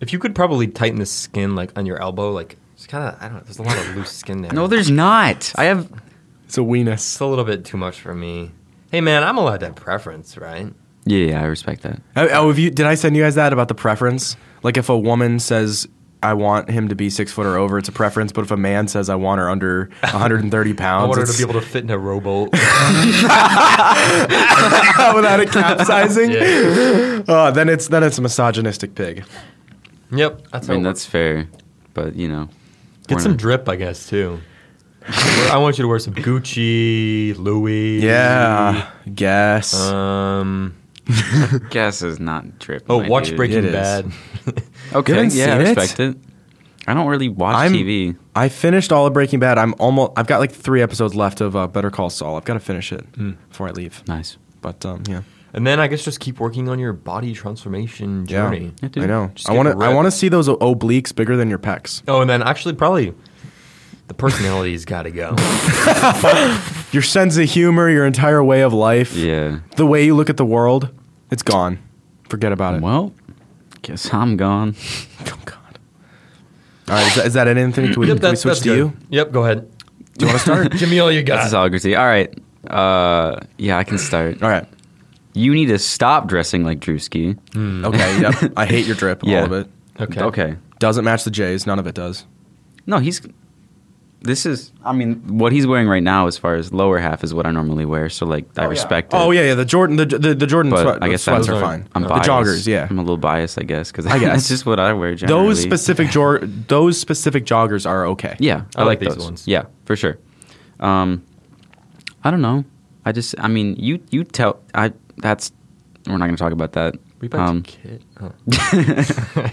if you could probably tighten the skin like on your elbow, like it's kind of, I don't know. There's a lot of loose skin there. No, there's not. I have. It's a weenus. It's a little bit too much for me. Hey man, I'm allowed to have preference, right? Yeah, yeah, I respect that. Oh, oh, have you? Did I send you guys that about the preference? Like, if a woman says, "I want him to be six foot or over," it's a preference. But if a man says, "I want her under 130 pounds," I wanted to it's- be able to fit in a rowboat. without it capsizing, Yeah. oh, then it's then it's a misogynistic pig. Yep, that's. I mean, how it that's fair, but you know, works. get we're some not- drip, I guess too. I want you to wear some Gucci, Louis. Yeah, guess. Um. Guess is not drip. Oh, my watch dude. Breaking it is. Bad. Okay, haven't yeah, I seen it? respect it. I don't really watch I'm- TV. I finished all of Breaking Bad. I'm almost. I've got like three episodes left of uh, Better Call Saul. I've got to finish it before I leave. Nice. But um, yeah, and then I guess just keep working on your body transformation journey. Yeah, dude. I know. Just I get want to. I ripped. want to see those o- obliques bigger than your pecs. Oh, and then actually probably the personality's got to go. Your sense of humor, your entire way of life, Yeah. the way you look at the world, it's gone. Forget about it. Well, guess I'm gone. Oh God. All right, is that, is that it, Anthony? Can we, yep, can we that's, switch that's to good. you? Yep, go ahead. Do you want to start? Give me all you That's got. all good to see. All right. Uh, yeah, I can start. all right. You need to stop dressing like Drewski. Mm, Okay. Yep. I hate your drip. Yeah. All of it Okay. Okay. doesn't match the J's. None of it does. No, he's. This is. I mean, what he's wearing right now, as far as lower half, is what I normally wear. So like, I respect it. Oh yeah, yeah. The Jordan, the the, the Jordan But sweat, I guess sweaters that's are fine. I'm the biased. joggers, yeah. I'm a little biased, I guess, because I guess. that's just what I wear. Generally. Those specific jor- those specific joggers are okay. Yeah, I, I like, like these those ones. Yeah, for sure. Um, I don't know. I just, I mean, you you tell. I that's we're not going to talk about that. We about Um, to kid. uh-huh.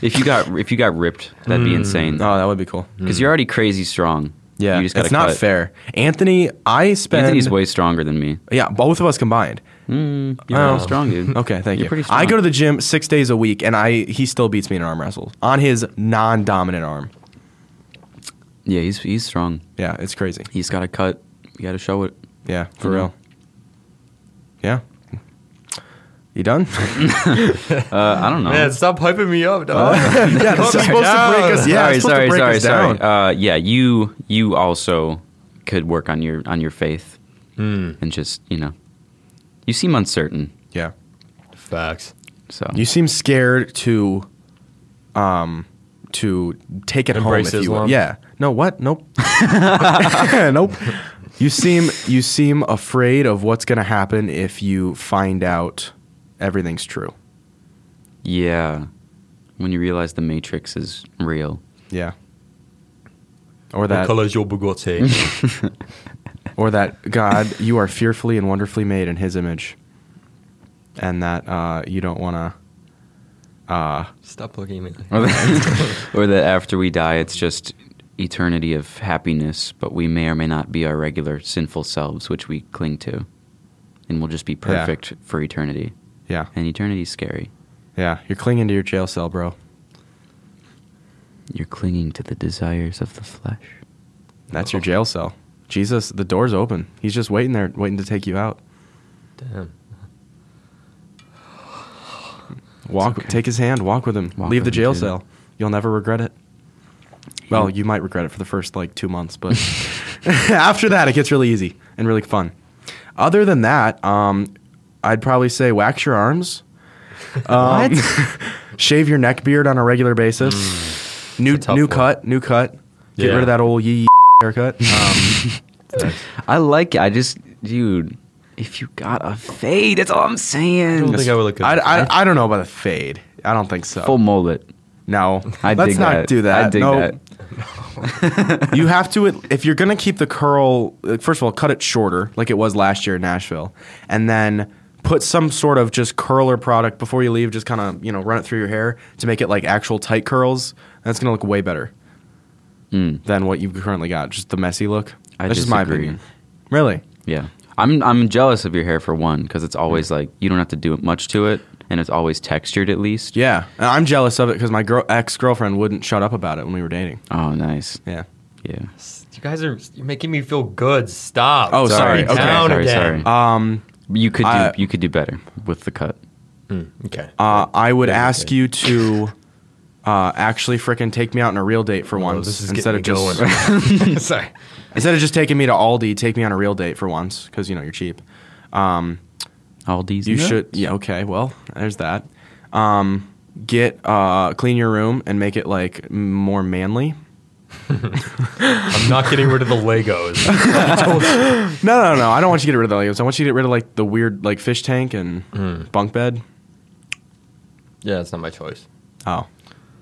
if you got if you got ripped, that'd be insane. Oh, that would be cool. Because you're already crazy strong. Yeah, you just gotta it's not cut. fair. Anthony, I spent. Anthony's way stronger than me. Yeah, both of us combined. Mm, you're Oh. pretty strong, dude. Okay, thank you're you. Pretty strong. I go to the gym six days a week, and I he still beats me in arm wrestles on his non-dominant arm. yeah, he's he's strong. Yeah, it's crazy. He's got to cut. You got to show it. Yeah, for Mhm. real. Yeah. You done? Uh, I don't know. Man, stop hyping me up, dog. yeah, this is supposed to break us. Yeah, sorry, it's supposed sorry, to break sorry, us sorry. down. Uh, yeah, you you also could work on your on your faith Hmm, and just you know, you seem uncertain. Yeah. Facts. So You seem scared to, um, to take it Embrace home. If you will. Islam? Yeah. No. What? Nope. nope. You seem you seem afraid of what's going to happen if you find out everything's true. yeah, when you realize the Matrix is real. Yeah. Or What that color is your Bugatti? or that God, you are fearfully and wonderfully made in His image, and that uh, you don't uh, want to. stop looking at me. or that, or that after we die, it's just eternity of happiness, but we may or may not be our regular sinful selves, which we cling to, and we'll just be perfect for eternity. Yeah, And eternity's scary. yeah, you're clinging to your jail cell, bro. You're clinging to the desires of the flesh. That's your jail cell. Jesus, the door's open. He's just waiting there, waiting to take you out. Damn. Walk, take his hand, walk with him, Walk leave with the him, jail dude. cell. You'll never regret it. Well, you might regret it for the first like two months, but after that, it gets really easy and really fun. Other than that, um, I'd probably say wax your arms, um, shave your neck beard on a regular basis, new It's a tough new one. cut, new cut, get Yeah. rid of that old yee yee haircut. Um, I like it. I just, dude, if you got a fade, that's all I'm I don't saying. think I would look good. I, I, I don't know about a fade. I don't think so. Full mullet. No, I let's dig not that. do that. I dig no, that. you have to if you're gonna keep the curl uh, first of all cut it shorter like it was last year in nashville and then put some sort of just curler product before you leave just kind of you know run it through your hair to make it like actual tight curls that's gonna look way better Mm. than what you've currently got just the messy look I that's just my disagree. opinion really Yeah. I'm I'm jealous of your hair for one because it's always like you don't have to do much to it and it's always textured at least. yeah and i'm jealous of it because my girl, ex-girlfriend wouldn't shut up about it when we were dating Oh, nice. yeah Yeah. you guys are you're making me feel good. Stop. Oh, sorry. Down Okay, sorry, again. Uh, um You could do I- you could do better with the cut. Oh, Okay. Uh, I would Very good ask thing. you to uh, actually frickin' take me out on a real date for Whoa, once Oh, this is instead of getting me just going. sorry. instead of just taking me to Aldi. Take me on a real date for once because you know you're cheap. Um, All these. you should. Yeah. Okay. Well, there's that. Um, get uh, clean your room and make it like m- more manly. I'm not getting rid of the Legos. No, no, no. I don't want you to get rid of the Legos. I want you to get rid of like the weird like fish tank and Hmm. bunk bed. yeah, it's not my choice. Oh,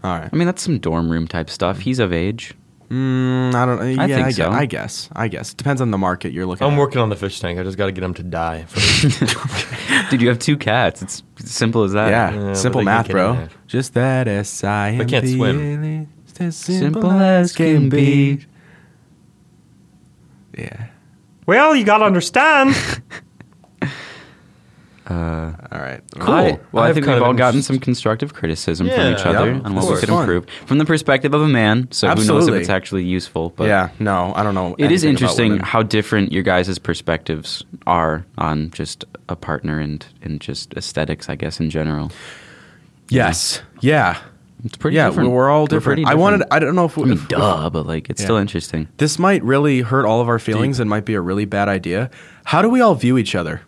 all right. I mean, that's some dorm room type stuff. He's of age. Mm, I don't. Yeah, I, think guess, so. I guess. I guess. Depends on the market you're looking. I'm at. working on the fish tank. I just got to get them to die. For Dude, you have two cats. It's simple as that. Yeah, Yeah, but simple they math, can bro. connect. Just that S I. But can't swim. As Simple as can be. Yeah. well, you got to understand. All right. Cool. Uh, I- well, I I, have think kind of we've all an gotten interest- some constructive criticism Yeah, from each other yeah, on of what we course. could Fun. improve from the perspective of a man. So who knows Absolutely. if it's actually useful? But yeah. No, I don't know. it anything is about interesting women. how different your guys' perspectives are on just a partner and and just aesthetics, I guess, in general. Yes. Yeah. It's pretty. yeah. different. We're all We're different. pretty I wanted. different. I don't know if. We, I mean, if- duh, but like it's Yeah. still interesting. This might really hurt all of our feelings and might be a really bad idea. How do we all view each other?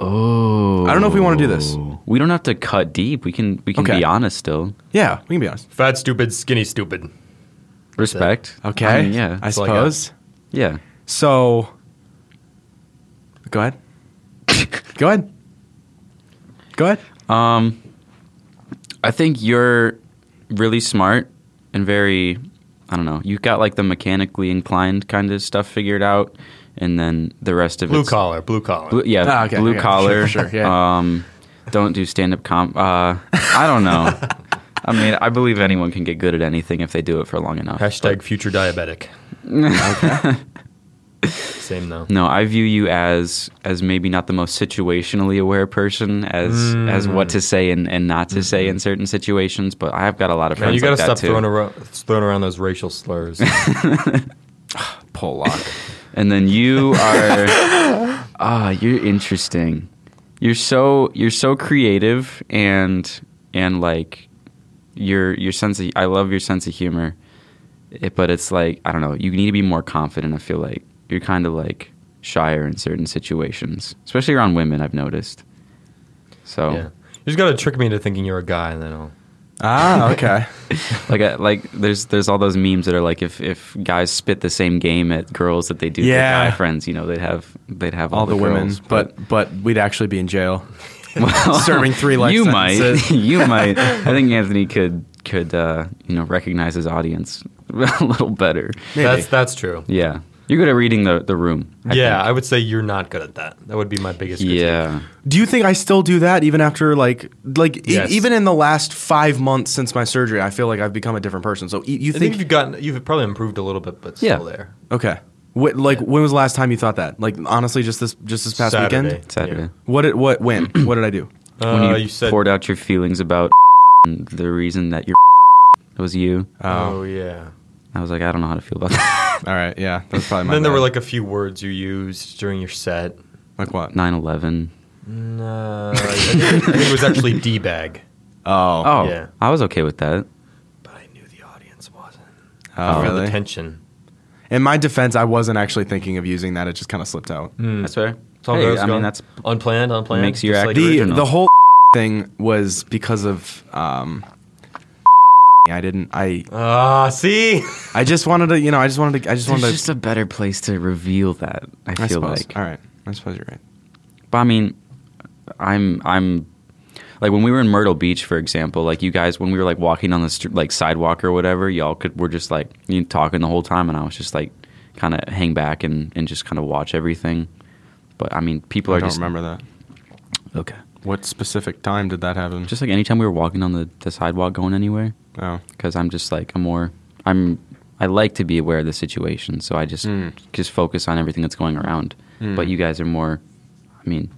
Oh, I don't know if we wanna do this. We don't have to cut deep. We can we can Okay. be honest still. Yeah, we can be honest. Fat, stupid, skinny, stupid. Respect. Okay. I mean, yeah. I It's like a- suppose. yeah. so. Go ahead. Go ahead. Go ahead. Um, I think you're really smart and very, I don't know, you got like the mechanically inclined kind of stuff figured out, and then the rest of Blue it's collar, blue collar. Blue, yeah, Ah, okay, blue okay, collar. sure, sure, yeah. Um, don't do stand up comp. Uh, I don't know. I mean, I believe anyone can get good at anything if they do it for long enough. Hashtag future diabetic. Same though. No, I view you as as maybe not the most situationally aware person, as as what to say and, and not to say in certain situations. But I've got a lot of friends. Man, you got to stop too. throwing, around, throwing around those racial slurs. Pollock. And then you are ah, you're interesting. You're so you're so creative and and like your your sense of I love your sense of humor. It, but it's like I don't know, you need to be more confident, I feel like. You're kind of like shyer in certain situations, especially around women, I've noticed. So yeah. You just got to trick me into thinking you're a guy, and then I'll. ah, okay. like I, like there's there's all those memes that are like if if guys spit the same game at girls that they do Yeah. their guy friends, you know, they'd have they'd have all, All the women, girls, but but we'd actually be in jail. Well, serving three life You sentences. might, you might. I think Anthony could could uh, you know recognize his audience a little better. Maybe. That's that's true. Yeah, you're good at reading the the room. I yeah, think. I would say you're not good at that. That would be my biggest. critique. yeah. Do you think I still do that even after like like e- Yes. even in the last five months since my surgery? I feel like I've become a different person. So e- you I think think you've gotten you've probably improved a little bit, but still Yeah. there. okay? What, like when was the last time you thought that? Like honestly, just this just this past weekend. Saturday What did what when? what did I do? Yeah. Uh, when you, you, said. poured out your feelings about and the reason that your was you. oh yeah. I was like, I don't know how to feel about that. all right, yeah, that's probably And my. then there bad. were like a few words you used during your set. like what? 9/11. No, I think I think it was actually d bag, Oh, Oh, Yeah. I was okay with that. but I knew the audience wasn't. oh, I felt the really? tension. In my defense, I wasn't actually thinking of using that. It just kind of slipped out. Mm. That's fair. It's Hmm. all Hey, those I gone. mean, that's unplanned. Unplanned makes your just act- the original. the whole thing was because of um. I didn't. I Ah, see, I just wanted to. You know, I just wanted to. I just there's wanted to. just a better place to reveal that. I feel I suppose. like. All right. I suppose you're right. But I mean, I'm I'm like when we were in Myrtle Beach, for example. Like you guys, when we were like walking on the str- like sidewalk or whatever, y'all could were just like you talking the whole time, and I was just like kind of hang back and and just kind of watch everything. But I mean, people I are don't just remember that. okay. What specific time did that happen? Just like anytime we were walking on the, the sidewalk going anywhere, oh, because I'm just like I'm more I'm I like to be aware of the situation, so I just Mm. just focus on everything that's going around. Mm. But you guys are more, I mean,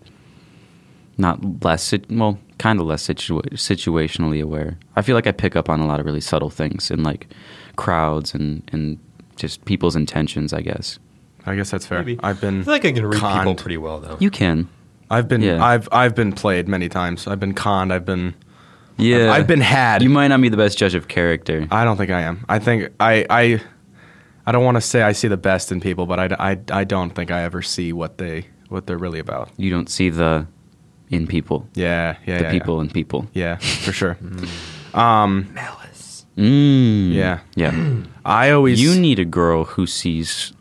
not less sit- well, kind of less situa- situationally aware. I feel like I pick up on a lot of really subtle things in like crowds and and just people's intentions. I guess I guess that's fair. Maybe. I've been I feel like I can read people conned. pretty well though. you can. I've been Yeah. I've I've been played many times. I've been conned. I've been Yeah, I've been had. You might not be the best judge of character. I don't think I am. I think I I I don't want to say I see the best in people, but I, I, I don't think I ever see what they what they're really about. you don't see the in people, Yeah, yeah, the yeah, people in people. Yeah, yeah for sure. Malice. Mm. Yeah. yeah. I always You need a girl who sees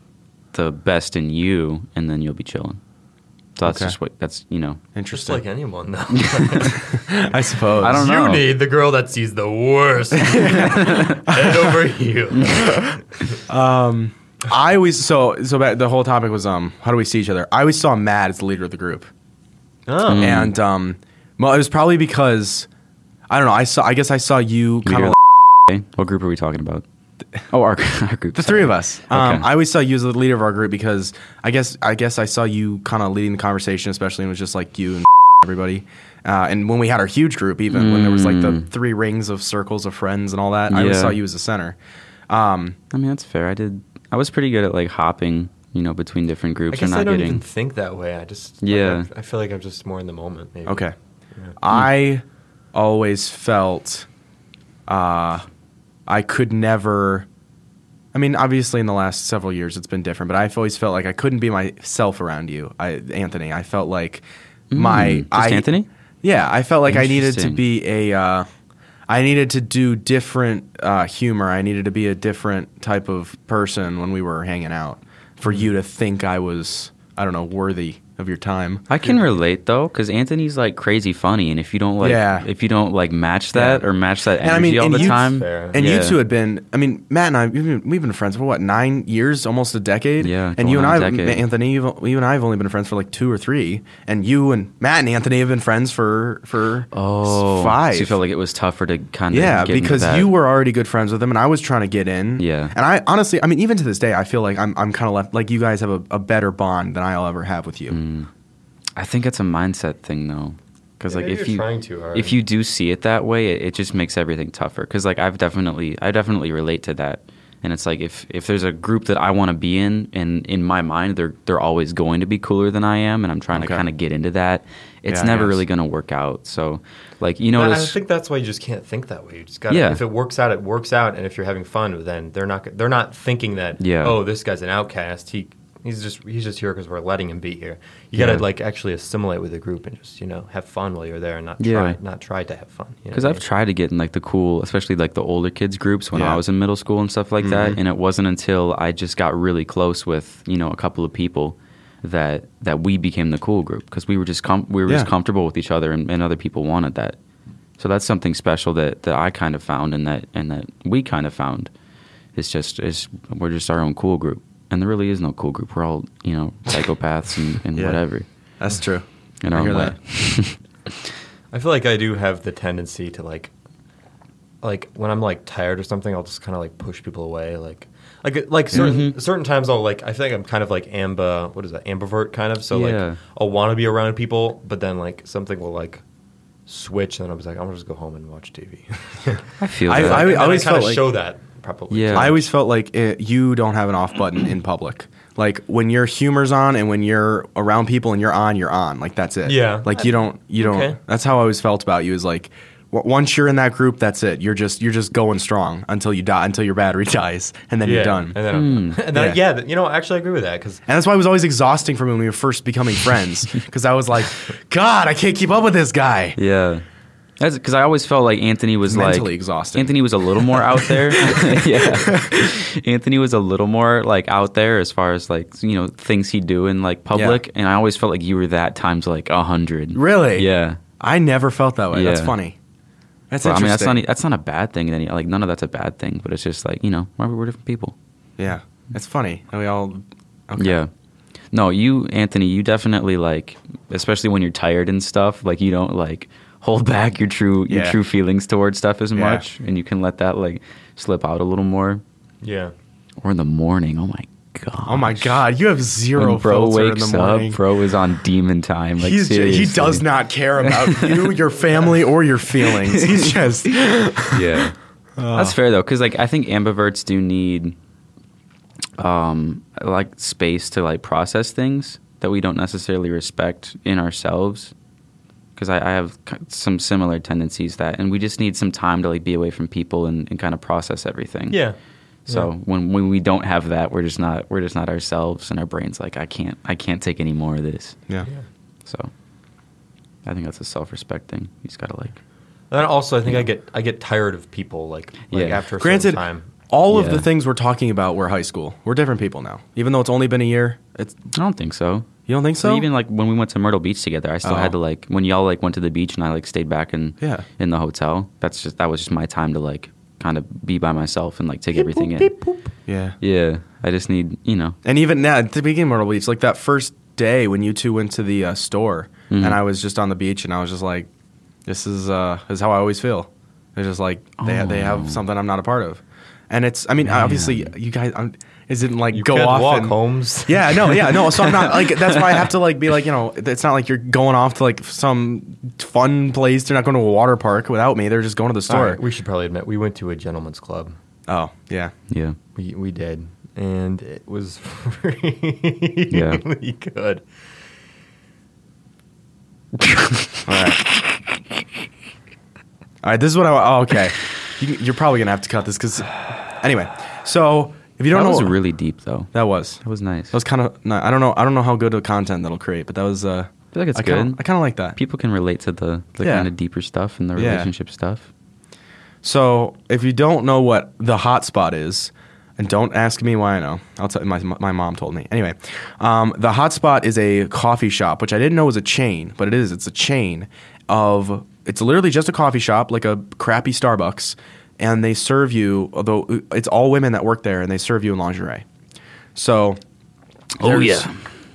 the best in you, and then you'll be chilling. So that's Okay. just what that's you know. Just interesting. like anyone though. I suppose. I don't You know. need the girl that sees the worst head over you. I always so so back, the whole topic was um how do we see each other? I always saw Matt as the leader of the group, Mm. Oh. and um well it was probably because I don't know I saw I guess I saw you kind Leader of of Okay? What group are we talking about? Oh, our, our group. the three of us. Um, Okay. I always saw you as the leader of our group because I guess I guess I saw you kind of leading the conversation, especially when it was just like you and everybody. Uh, and when we had our huge group, even when there was like the three rings of circles of friends and all that, I always Yeah. saw you as the center. Um, I mean, that's fair. I did. I was pretty good at like hopping, you know, between different I groups or guess I not don't getting. even think that way. I just Yeah. I, I feel like I'm just more in the moment. Maybe. Okay. I always felt uh, I could never. I mean, obviously, in the last several years, it's been different, but I've always felt like I couldn't be myself around you, I, Anthony. I felt like my Mm, Just I, Anthony. Yeah, I felt like I needed to Interesting. be a. Uh, I needed to do different uh, humor. I needed to be a different Mm. type of person when we were hanging out for you to think I was. I don't know, worthy of your time. I can relate though, because Anthony's like crazy funny, and if you don't like, Yeah. if you don't like match that Yeah. or match that And energy I mean, all and the you- time, Fair. And Yeah. you two had been, I mean, Matt and I, we've been, we've been friends for what, nine years, almost a decade? Yeah, And you going and on I, a decade. Anthony, you've, you and I have only been friends for like two or three. And you and Matt and Anthony have been friends for, for oh, s- five. So you felt like it was tougher to kind of yeah, get into because that. you were already good friends with him, and I was trying to get in. Yeah. and I honestly, I mean, even to this day, I feel like I'm, I'm kind of left. Like you guys have a, a better bond than I'll ever have with you. Mm. I think it's a mindset thing though, because Yeah, like maybe if you're you trying too hard. if you do see it that way, it, it just makes everything tougher. Because like I've definitely I definitely relate to that, and it's like if if there's a group that I want to be in, and in my mind they're they're always going to be cooler than I am, and I'm trying Okay. to kind of get into that. It's Yeah, I never guess. really going to work out. So like you I- I notice. think that's why you just can't think that way. You just got to Yeah. if it works out, it works out, and if you're having fun, then they're not they're not thinking that Yeah. oh this guy's an outcast. He he's just he's just here because we're letting him be here. You got Yeah. to like actually assimilate with the group and just you know have fun while you're there and not Yeah. try not try to have fun. you know Because what I I've mean? tried to get in like the cool, especially like the older kids groups when Yeah. Mm-hmm. I was in middle school and stuff like that. And it wasn't until I just got really close with you know a couple of people that that we became the cool group because we were just com- we were just Yeah. comfortable with each other and, and other people wanted that. So that's something special that, that I kind of found and that and that we kind of found. It's just is we're just our own cool group, and there really is no cool group. We're all you know psychopaths and, and Yeah. whatever That's true. in I our hear own way. that. I feel like I do have the tendency to like, like when I'm like tired or something, I'll just kind of like push people away. Like, like uh, like certain Mm-hmm. certain times I'll like I feel like I'm kind of like amba what is that ambivert kind of. So Yeah. like I'll want to be around people, but then like something will like switch, and then I was like I'm gonna just go home and watch TV. I feel I- that. I- And then always kinda felt like- show that probably. Yeah. I always felt like it, you don't have an off button in public. Like when your humor's on and when you're around people and you're on, you're on. Like that's it. Yeah. Like you don't. You don't. Okay. That's how I always felt about you. Is like w- once you're in that group, that's it. You're just you're just going strong until you die, until your battery dies, and then Yeah, you're done. And then, I'm- and then Hmm. Yeah. yeah. you know, actually, I agree with that because And that's why it was always exhausting for me when we were first becoming friends, because I was like, God, I can't keep up with this guy. Yeah. That's because I always felt like Anthony was like mentally exhausting. Anthony was a little more out there. yeah. Anthony was a little more like out there as far as like you know things he'd do in like public, and I always felt like you were that times like a hundred. Really? Yeah. I never felt that way. That's Yeah. funny. That's But, I mean, that's interesting. not e, that's not a bad thing. Then like none of that's a bad thing, but it's just like you know we're, we're different people. yeah, that's funny. And we all. Okay. Yeah. No, you Anthony, you definitely like especially when you're tired and stuff, like you don't like hold back your true your Yeah. true feelings towards stuff as Yeah. much and you can let that like slip out a little more. yeah, Or in the morning. Oh my god. Oh my god, you have zero When bro filter wakes in the morning. up, bro is on demon time. Like He's ju- seriously. he does not care about you, your family, or your feelings. He's just yeah. Oh. That's fair though, because like I think ambiverts do need, um, like space to like process things that we don't necessarily respect in ourselves. Because I, I have k- some similar tendencies that, and we just need some time to like be away from people and, and kind of process everything. yeah. So when when we don't have that, we're just not we're just not ourselves, and our brains like I can't I can't take any more of this. yeah. yeah. So I think that's a self respect thing. You just gotta like And then also, I think I get I get tired of people like, like Yeah. after a Granted, certain time. all of Yeah. the things we're talking about were high school. We're different people now, even though it's only been a year. It's I don't think so. you don't think So so? even like when we went to Myrtle Beach together, I still Oh. had to like when y'all like went to the beach and I like stayed back in Yeah. in the hotel. That's just that was just my time to like kind of be by myself and like take everything in. yeah. Yeah, I just need you know. And even now, at the beginning of Myrtle Beach, like that first day when you two went to the uh, store, and I was just on the beach, and I was just like, "This is uh, this is how I always feel." It's just like they they have something I'm not a part of, and it's I mean obviously you guys I'm, is it like You go can't off walk, and Holmes. yeah no yeah no so I'm not like that's why I have to like be like you know it's not like you're going off to like some fun place. They're not going to a water park without me. They're just going to the All store. right, we should probably admit we went to a gentleman's club. oh yeah. Yeah, We we did, and it was really good. All right. All right. This is what I. Oh, okay. You, can- you're probably gonna have to cut this because. Anyway, so if you that don't know, was really deep though. that was That was nice. that was kind of. I don't know. I don't know how good of content that'll create, but that was. Uh, I feel like it's I kinda, good. I kind of like that. People can relate to the the Yeah. kind of deeper stuff and the Yeah. relationship stuff. So if you don't know what the hotspot is, And don't ask me why I know. I'll tell my my mom told me. Anyway, um, the hotspot is a coffee shop, which I didn't know was a chain, but it is. It's a chain of. It's literally just a coffee shop, like a crappy Starbucks, and they serve you. Although it's all women that work there, and they serve you in lingerie. So, Oh, there's- yeah.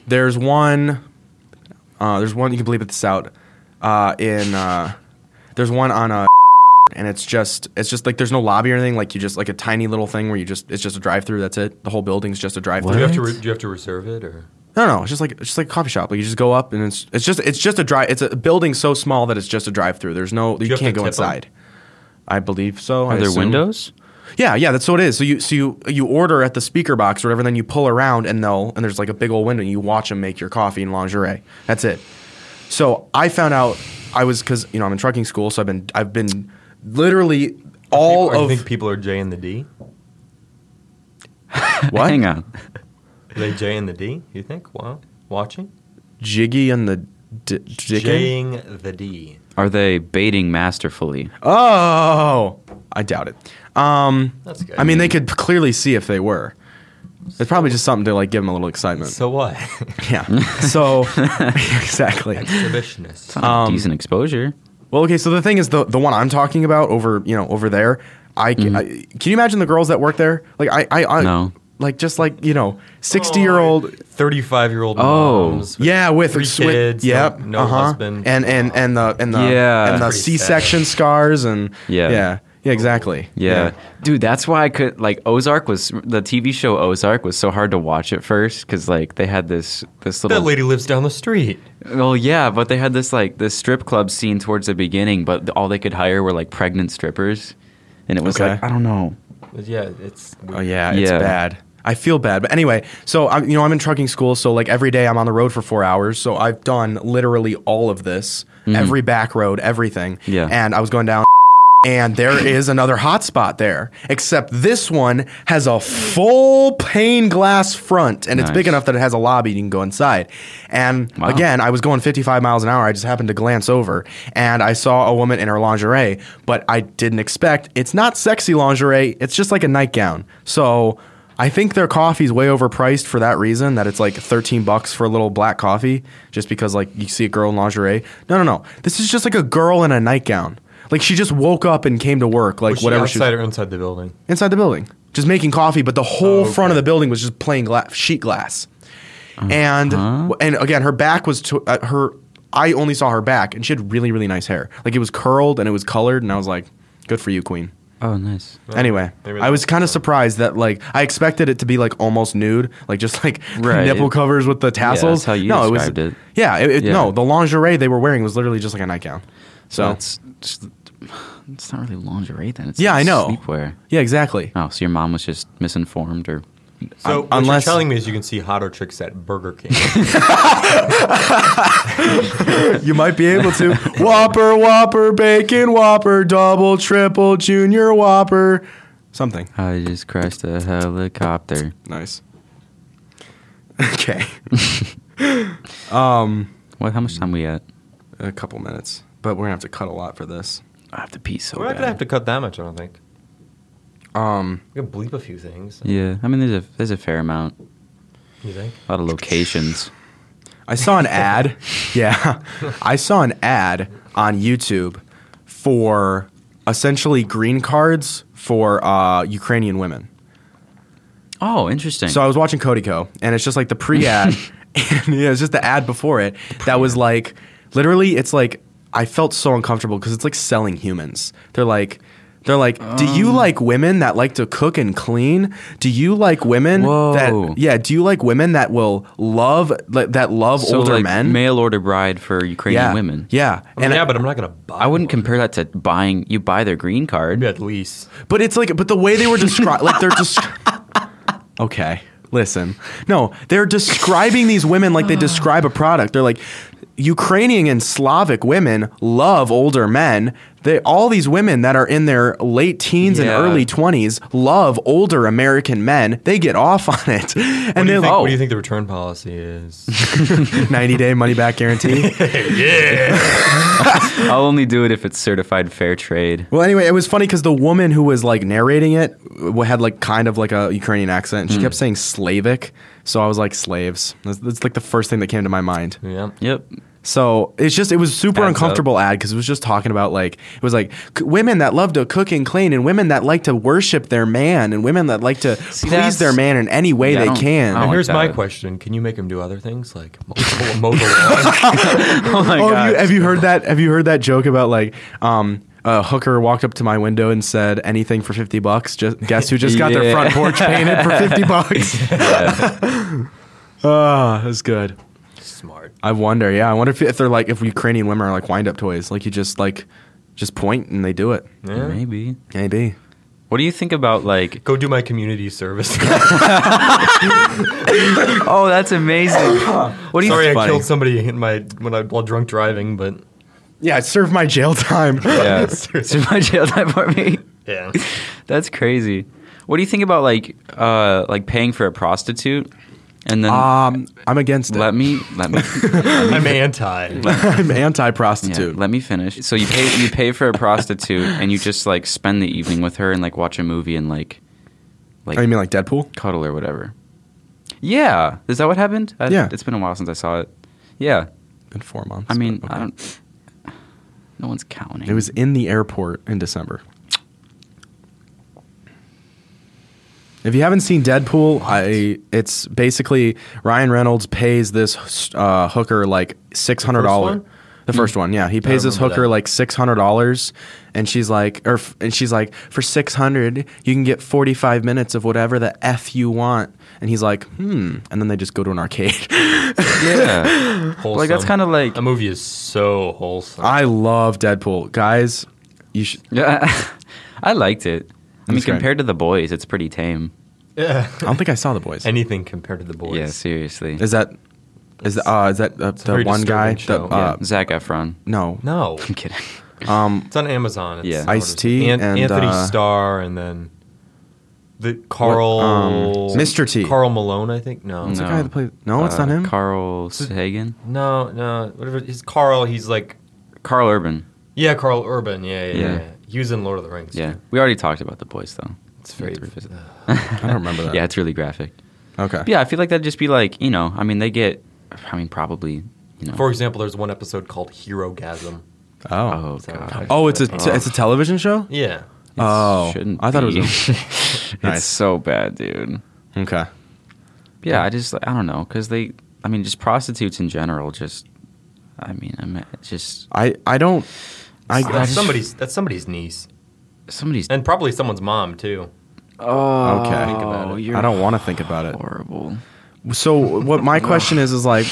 There's one. Uh, there's one you can bleep this out. Uh, in uh, there's one on a and it's just it's just like there's no lobby or anything. Like you just like a tiny little thing where you just it's just a drive through. That's it. The whole building's just a drive Do you through. have to re- do you have to reserve it or? No, no, it's just like it's just like a coffee shop. Like you just go up and it's it's just it's just a drive. It's a building so small that it's just a drive through. There's no you, you have to can't tip go 'em? inside. I believe so. I Are there assume. windows? Yeah, yeah, that's what it is. So you so you you order at the speaker box or whatever, then you pull around and they'll and there's like a big old window. and You watch them make your coffee and lingerie. That's it. So I found out I was because you know I'm in trucking school, so I've been I've been literally all Or do you of think people are J and the D? What? Hang on. Are they J and the D? You think? Wow, watching Jiggy and the D- Dickin. Jing the D. Are they baiting masterfully? Oh, I doubt it. Um, That's good. I mean, they could clearly see if they were. It's probably just something to like give them a little excitement. So what? yeah. So exactly. Exhibitionist. It's Um, not decent exposure. Well, okay. So the thing is, the the one I'm talking about over you know over there, I, ca- I- can you imagine the girls that work there? Like I I, I Mm-hmm. No. like just like you know sixty year Oh, old. thirty-five year old. Oh. Yeah, with three with- kids, Yep. uh-huh. no- no husband. And and and the and the Yeah. and the Pretty C section scars and Yeah. yeah yeah exactly Yeah. Dude, that's why I could like Ozark was the TV show Ozark was so hard to watch at first cuz like they had this this little That lady lives down the street. Well, yeah, but they had this like this strip club scene towards the beginning, but all they could hire were like pregnant strippers. And it was Okay. like, I don't know. But yeah, it's Oh yeah, it's Yeah. bad. I feel bad, but anyway. So I'm, you know, I'm in trucking school, so like every day I'm on the road for four hours. So I've done literally all of this, every back road, everything. Mm-hmm. Yeah. And I was going down, and there is another hot spot there. Except this one has a full pane glass front, and it's big Nice. enough that it has a lobby and you can go inside. And Wow. again, I was going 55 miles an hour. I just happened to glance over and I saw a woman in her lingerie, but I didn't expect. It's not sexy lingerie. It's just like a nightgown. So I think their coffee's way overpriced for that reason. That it's like 13 bucks for a little black coffee, just because like you see a girl in lingerie. No, no, no. This is just like a girl in a nightgown. Like she just woke up and came to work. Like was she whatever she was- outside or inside the building. inside the building, just making coffee. But the Oh, whole okay. front of the building was just plain gla- sheet glass. Uh-huh. And and again, her back was to, uh, her. I only saw her back, and she had really really nice hair. Like it was curled and it was colored, and I was like, "Good for you, queen." Oh, nice. Anyway, maybe I was kind of surprised that like I expected it to be like almost nude, like just like Right. nipple covers with the tassels. how you no, described it was it. yeah, it, it- Yeah. No, the lingerie they were wearing was literally just like a nightgown. So it's just, it's not really lingerie then. It's yeah, I like know. Sleepwear. Yeah, exactly. Oh, so your mom was just misinformed or So what unless- you're telling me is you can see hotter chicks at Burger King. You might be able to. Whopper, Whopper, Bacon, Whopper, Double, Triple, Junior, Whopper. Something. I just crashed a helicopter. Nice. Okay. What? How much time we at? A couple minutes. But we're going to have to cut a lot for this. I have to pee so We're not gonna have to cut that much, I don't think. Um, We can bleep a few things. Yeah, I mean, there's a there's a fair amount, You think? a lot of locations. I saw an ad. Yeah. I saw an ad on YouTube for essentially green cards for uh, Ukrainian women. Oh, interesting. So I was watching Codico, and it's just like the pre-ad, and yeah, it's just the ad before it that was like, literally, it's like I felt so uncomfortable because it's like selling humans. They're like. They're like, do Oh. you like women that like to cook and clean? Do you like women Whoa. that yeah? Do you like women that will love like, that love So, older like, men? mail order bride for Ukrainian yeah, women. Yeah, I mean, and yeah, but I'm not gonna buy. I wouldn't compare that to buying. You buy their green card. one. at least. But it's like, but the way they were described, like they're just. okay, listen. No, they're describing these women like they describe a product. They're like, Ukrainian and Slavic women love older men. They all these women that are in their late teens Yeah. and early 20s love older American men. They get off on it. What And do, they're you think, like what do you think the return policy is? 90 day money back guarantee. I'll only do it if it's certified fair trade. Well, anyway, it was funny because the woman who was like narrating it w- had like kind of like a Ukrainian accent, Hmm. and she kept saying Slavic. So I was like, slaves. That's, that's like the first thing that came to my mind. yeah. Yep. So it's just it was super Adds uncomfortable ad because it was just talking about like it was like c- women that love to cook and clean, and women that like to worship their man, and women that like to please that's- their man in any way Yeah, I they don't- can. Now I don't- like here's my that. question: Can you make him do other things like mow, mow the lawn? Oh my oh, god. have you, have you heard that? Have you heard that joke about like um, a hooker walked up to my window and said anything for fifty bucks? Just guess who just got their Yeah. front porch painted for fifty bucks? Ah, that's good. Smart. I wonder. Yeah, I wonder if, if they're like if Ukrainian women are like wind up toys. Like you just like just point and they do it. Yeah. Maybe. Maybe. What do you think about like? Go do my community service. Oh, that's amazing. What do you? Sorry, I funny. killed somebody in my when I while drunk driving, but Yeah, serve my jail time. yeah. Is my jail time for me? yeah. That's crazy. What do you think about like uh like paying for a prostitute and then um, I'm against it. let me let me I'm anti. I'm yeah, anti-prostitute. let me finish. So you pay you pay for a prostitute and you just like spend the evening with her and like watch a movie and like like oh, you mean like Deadpool? cuddle or whatever. Yeah, is that what happened? I, Yeah. it's been a while since I saw it. Yeah, In four months. I mean, but I okay. don't. No one's counting. It was in the airport in December. If you haven't seen Deadpool, I it's basically Ryan Reynolds pays this uh, hooker like six hundred dollars. one? Hmm. The first one, yeah, he pays this remember hooker that. like six hundred dollars, and she's like, or f- and she's like, for six hundred, you can get forty five minutes of whatever the f you want, and he's like, hmm, and then they just go to an arcade. yeah. Wholesome. Like, that's kinda like- a movie is so wholesome. I love Deadpool, guys. You should. Yeah, I liked it. I mean, That's great. compared to the boys, it's pretty tame. yeah. I don't think I saw the boys. Anything compared to the boys. Yeah, seriously. Is that is that, uh, is that uh, the very one guy? The, disturbing show. uh, yeah, Zach Efron. No, Um, No, I'm kidding. it's on Amazon. It's Yeah. Ice-T An- and, Anthony uh, Starr, and then the Carl, um, Mr. T. Carl Malone, I think. No, It's No. the guy that played. No, it's Uh, not him. Carl Sagan. no, no. Whatever. He's Carl. He's like, Carl Urban. yeah, Carl Urban. Yeah, yeah, yeah. Yeah. He was in Lord of the Rings. Yeah, too. we already talked about the boys though. it's very. I don't remember that. Yeah, it's really graphic. Okay. Yeah, I feel like that'd just be like you know. I mean, they get. I mean, probably you know. For example, there's one episode called Hero Gasm. Oh. oh god. Oh, it's a t- it's a television show. Yeah. Oh, shouldn't I thought it be. was. Nice. It's so bad, dude. A, okay. Yeah, I just I don't know because they. I mean, just prostitutes in general. Just. I mean, I'm just I I don't. I, that's somebody's. That's somebody's niece, somebody's. and probably someone's mom too. oh, Okay. Think about it. You're I don't want to think about it. horrible. So what my question is is like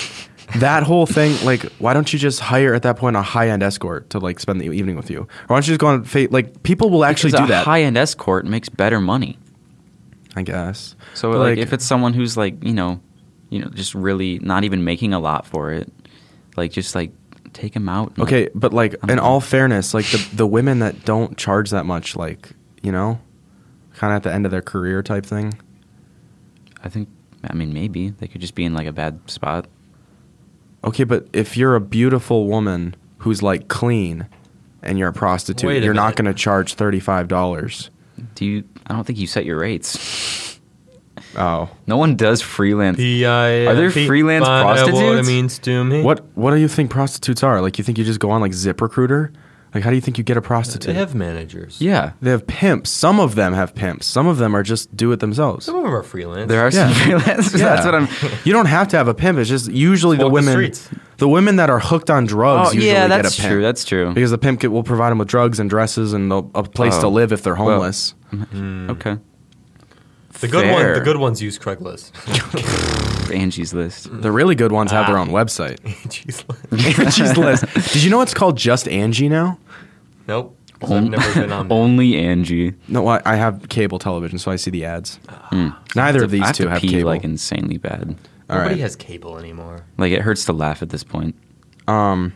that whole thing like why don't you just hire at that point a high end escort to like spend the evening with you? Or why don't you just go on fa- like people will actually Because do a that? High end escort makes better money. I guess. So But, like, if it's someone who's like you know, you know, just really not even making a lot for it, like just like take them out. and, Okay, like- but like I'm in not- all fairness, like the the women that don't charge that much, like you know, kind of at the end of their career type thing. I think I mean maybe they could just be in like a bad spot. Okay, but if you're a beautiful woman who's like clean, and you're a prostitute, Wait a you're not minute. going to charge thirty five dollars. Do you? I don't think you set your rates. Oh, No one does freelance. P.I. Are there freelance E What it prostitutes? means to me. what what do you think prostitutes are? Like you think you just go on like ZipRecruiter? Like how do you think you get a They prostitute? have managers. yeah, They have pimps. Some of them have pimps. Some of them are just do it themselves. Some of them are freelance. there are some Yeah. freelance. That's what I'm. You don't have to have a pimp. It's just usually the Walk the women, streets. the, women that are hooked on drugs. Oh, usually yeah, get that's a pimp. true. That's true. because the pimp kit will provide them with drugs and dresses and a, a place to Oh. live if they're homeless. Okay, the good one. The Fair. good ones use Craigslist. Angie's list. the really good ones have their Ah. own website. Jeez. Angie's List. Did you know it's called just Angie now? Nope. 'cause I've never been on. there. Only Angie. No, I, I have cable television, so I see the ads. Neither of Hmm. I these have two to have pee cable. like insanely bad. All Nobody right. has cable anymore. Like it hurts to laugh at this point. Um,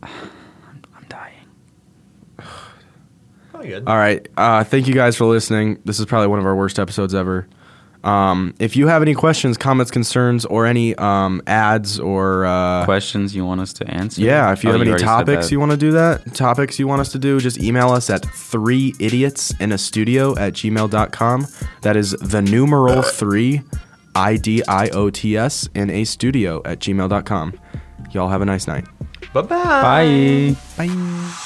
I'm dying. Probably Oh, good. all right. Uh, thank you guys for listening. This is probably one of our worst episodes ever. Um, if you have any questions, comments, concerns, or any um, ads or uh, Questions you want us to answer? Yeah, if you Oh, have any already said topics that. you want to do that, topics you want us to do, just email us at three idiots in a studio at gmail.com. That is the numeral three I D I O T S in a studio at gmail.com. Y'all have a nice night. Bye-bye. Bye. Bye.